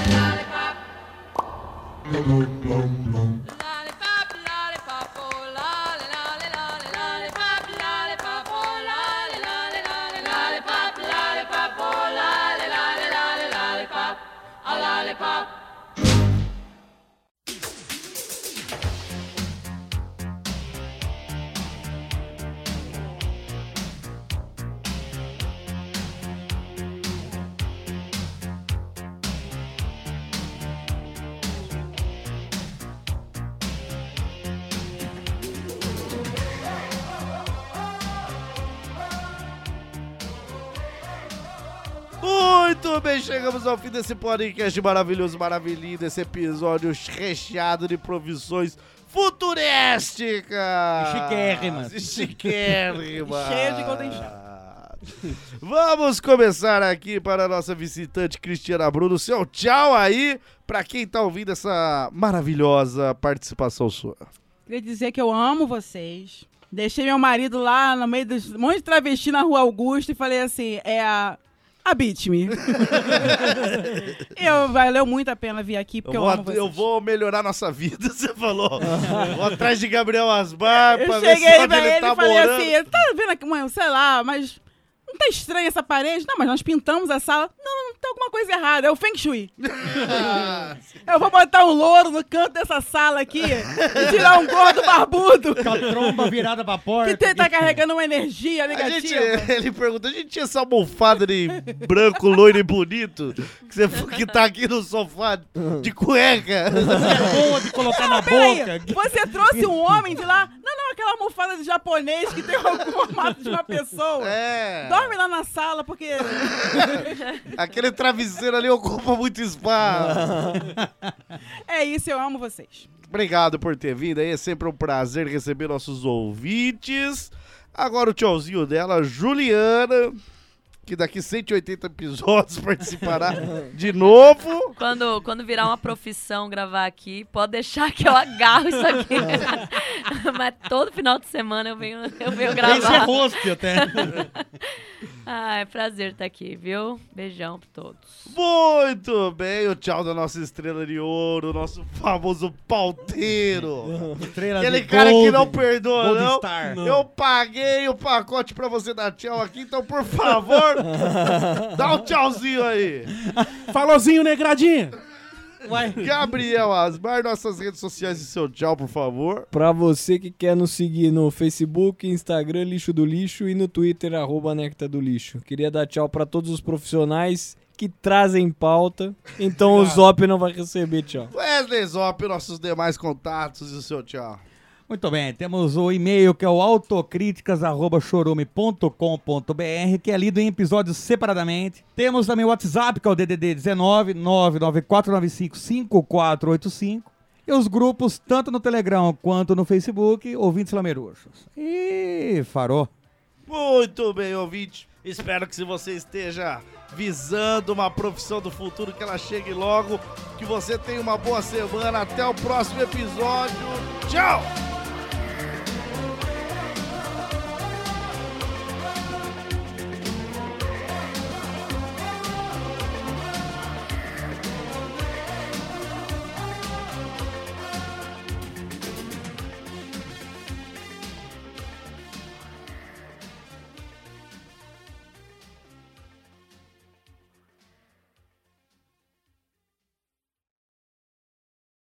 Lollipop, lollipop, oh, lolly, lolly, lolly, lollipop, lollipop. pop. Muito bem, chegamos ao fim desse podcast maravilhoso, maravilhoso, esse episódio recheado de provisões futurísticas. Chiquérrimas. Chiquérrimas. Cheio de golden shower. Vamos começar aqui para a nossa visitante Cristiana Bruno. Seu tchau aí para quem tá ouvindo essa maravilhosa participação sua. Queria dizer que eu amo vocês. Deixei meu marido lá no meio dos um monte de travesti na rua Augusta e falei assim: é a. Habite-me. eu valeu muito a pena vir aqui, Eu porque eu, vou, amo vocês. eu vou melhorar nossa vida, você falou. vou atrás de Gabriel Asbar Eu pra ver se cheguei onde pra ele, ele, tá e falei morando. assim, tá vendo aqui, mãe, sei lá, mas não tá estranha essa parede? Não, mas nós pintamos a sala. Não, não, tem alguma coisa errada, é o Feng Shui. eu vou botar um louro no canto dessa sala aqui e tirar um gordo barbudo. Com a tromba virada pra porta. Que tem- tá carregando uma energia A negativa. gente, ele pergunta, a gente tinha essa almofada de branco, loiro e bonito que, você, que tá aqui no sofá de cueca. tá boa de colocar na Peraí, boca. você trouxe um homem de lá? Não, não, aquela almofada de japonês que tem o formato de uma pessoa. É. Dorme lá na sala, porque... Aquele travesseiro ali ocupa muito espaço. é isso, eu amo vocês. Obrigado por ter vindo aí, é sempre um prazer receber nossos ouvintes. Agora o tchauzinho dela, Juliana, que daqui 180 episódios participará de novo. Quando, quando virar uma profissão gravar aqui, pode deixar que eu agarro isso aqui. Mas todo final de semana eu venho, eu venho gravar. Esse é rosto até. Ah, é prazer estar aqui, viu? Beijão pra todos. Muito bem, o tchau da nossa estrela de ouro, nosso famoso pauteiro. Estrela Aquele do cara Tá que Golden. não perdoa, Golden não. Star. Eu paguei o pacote pra você dar tchau aqui, então por favor, dá um tchauzinho aí. Falôzinho, negradinha! Gabriel Asmar, nossas redes sociais e seu tchau, por favor. Pra você que quer nos seguir no Facebook, Instagram, Lixo do Lixo e no Twitter, arroba Necta do Lixo. Queria dar tchau pra todos os profissionais que trazem pauta, então o Zop não vai receber tchau. Wesley Zop, nossos demais contatos e o seu tchau. Muito bem, temos o e-mail que é o autocríticas.chorume.com.br, que é lido em episódios separadamente. Temos também o WhatsApp, que é o DDD 19 994955485. E os grupos, tanto no Telegram quanto no Facebook, ouvintes lameruxos. E farou. Muito bem, ouvinte. Espero que se você esteja visando uma profissão do futuro, que ela chegue logo. Que você tenha uma boa semana. Até o próximo episódio. Tchau!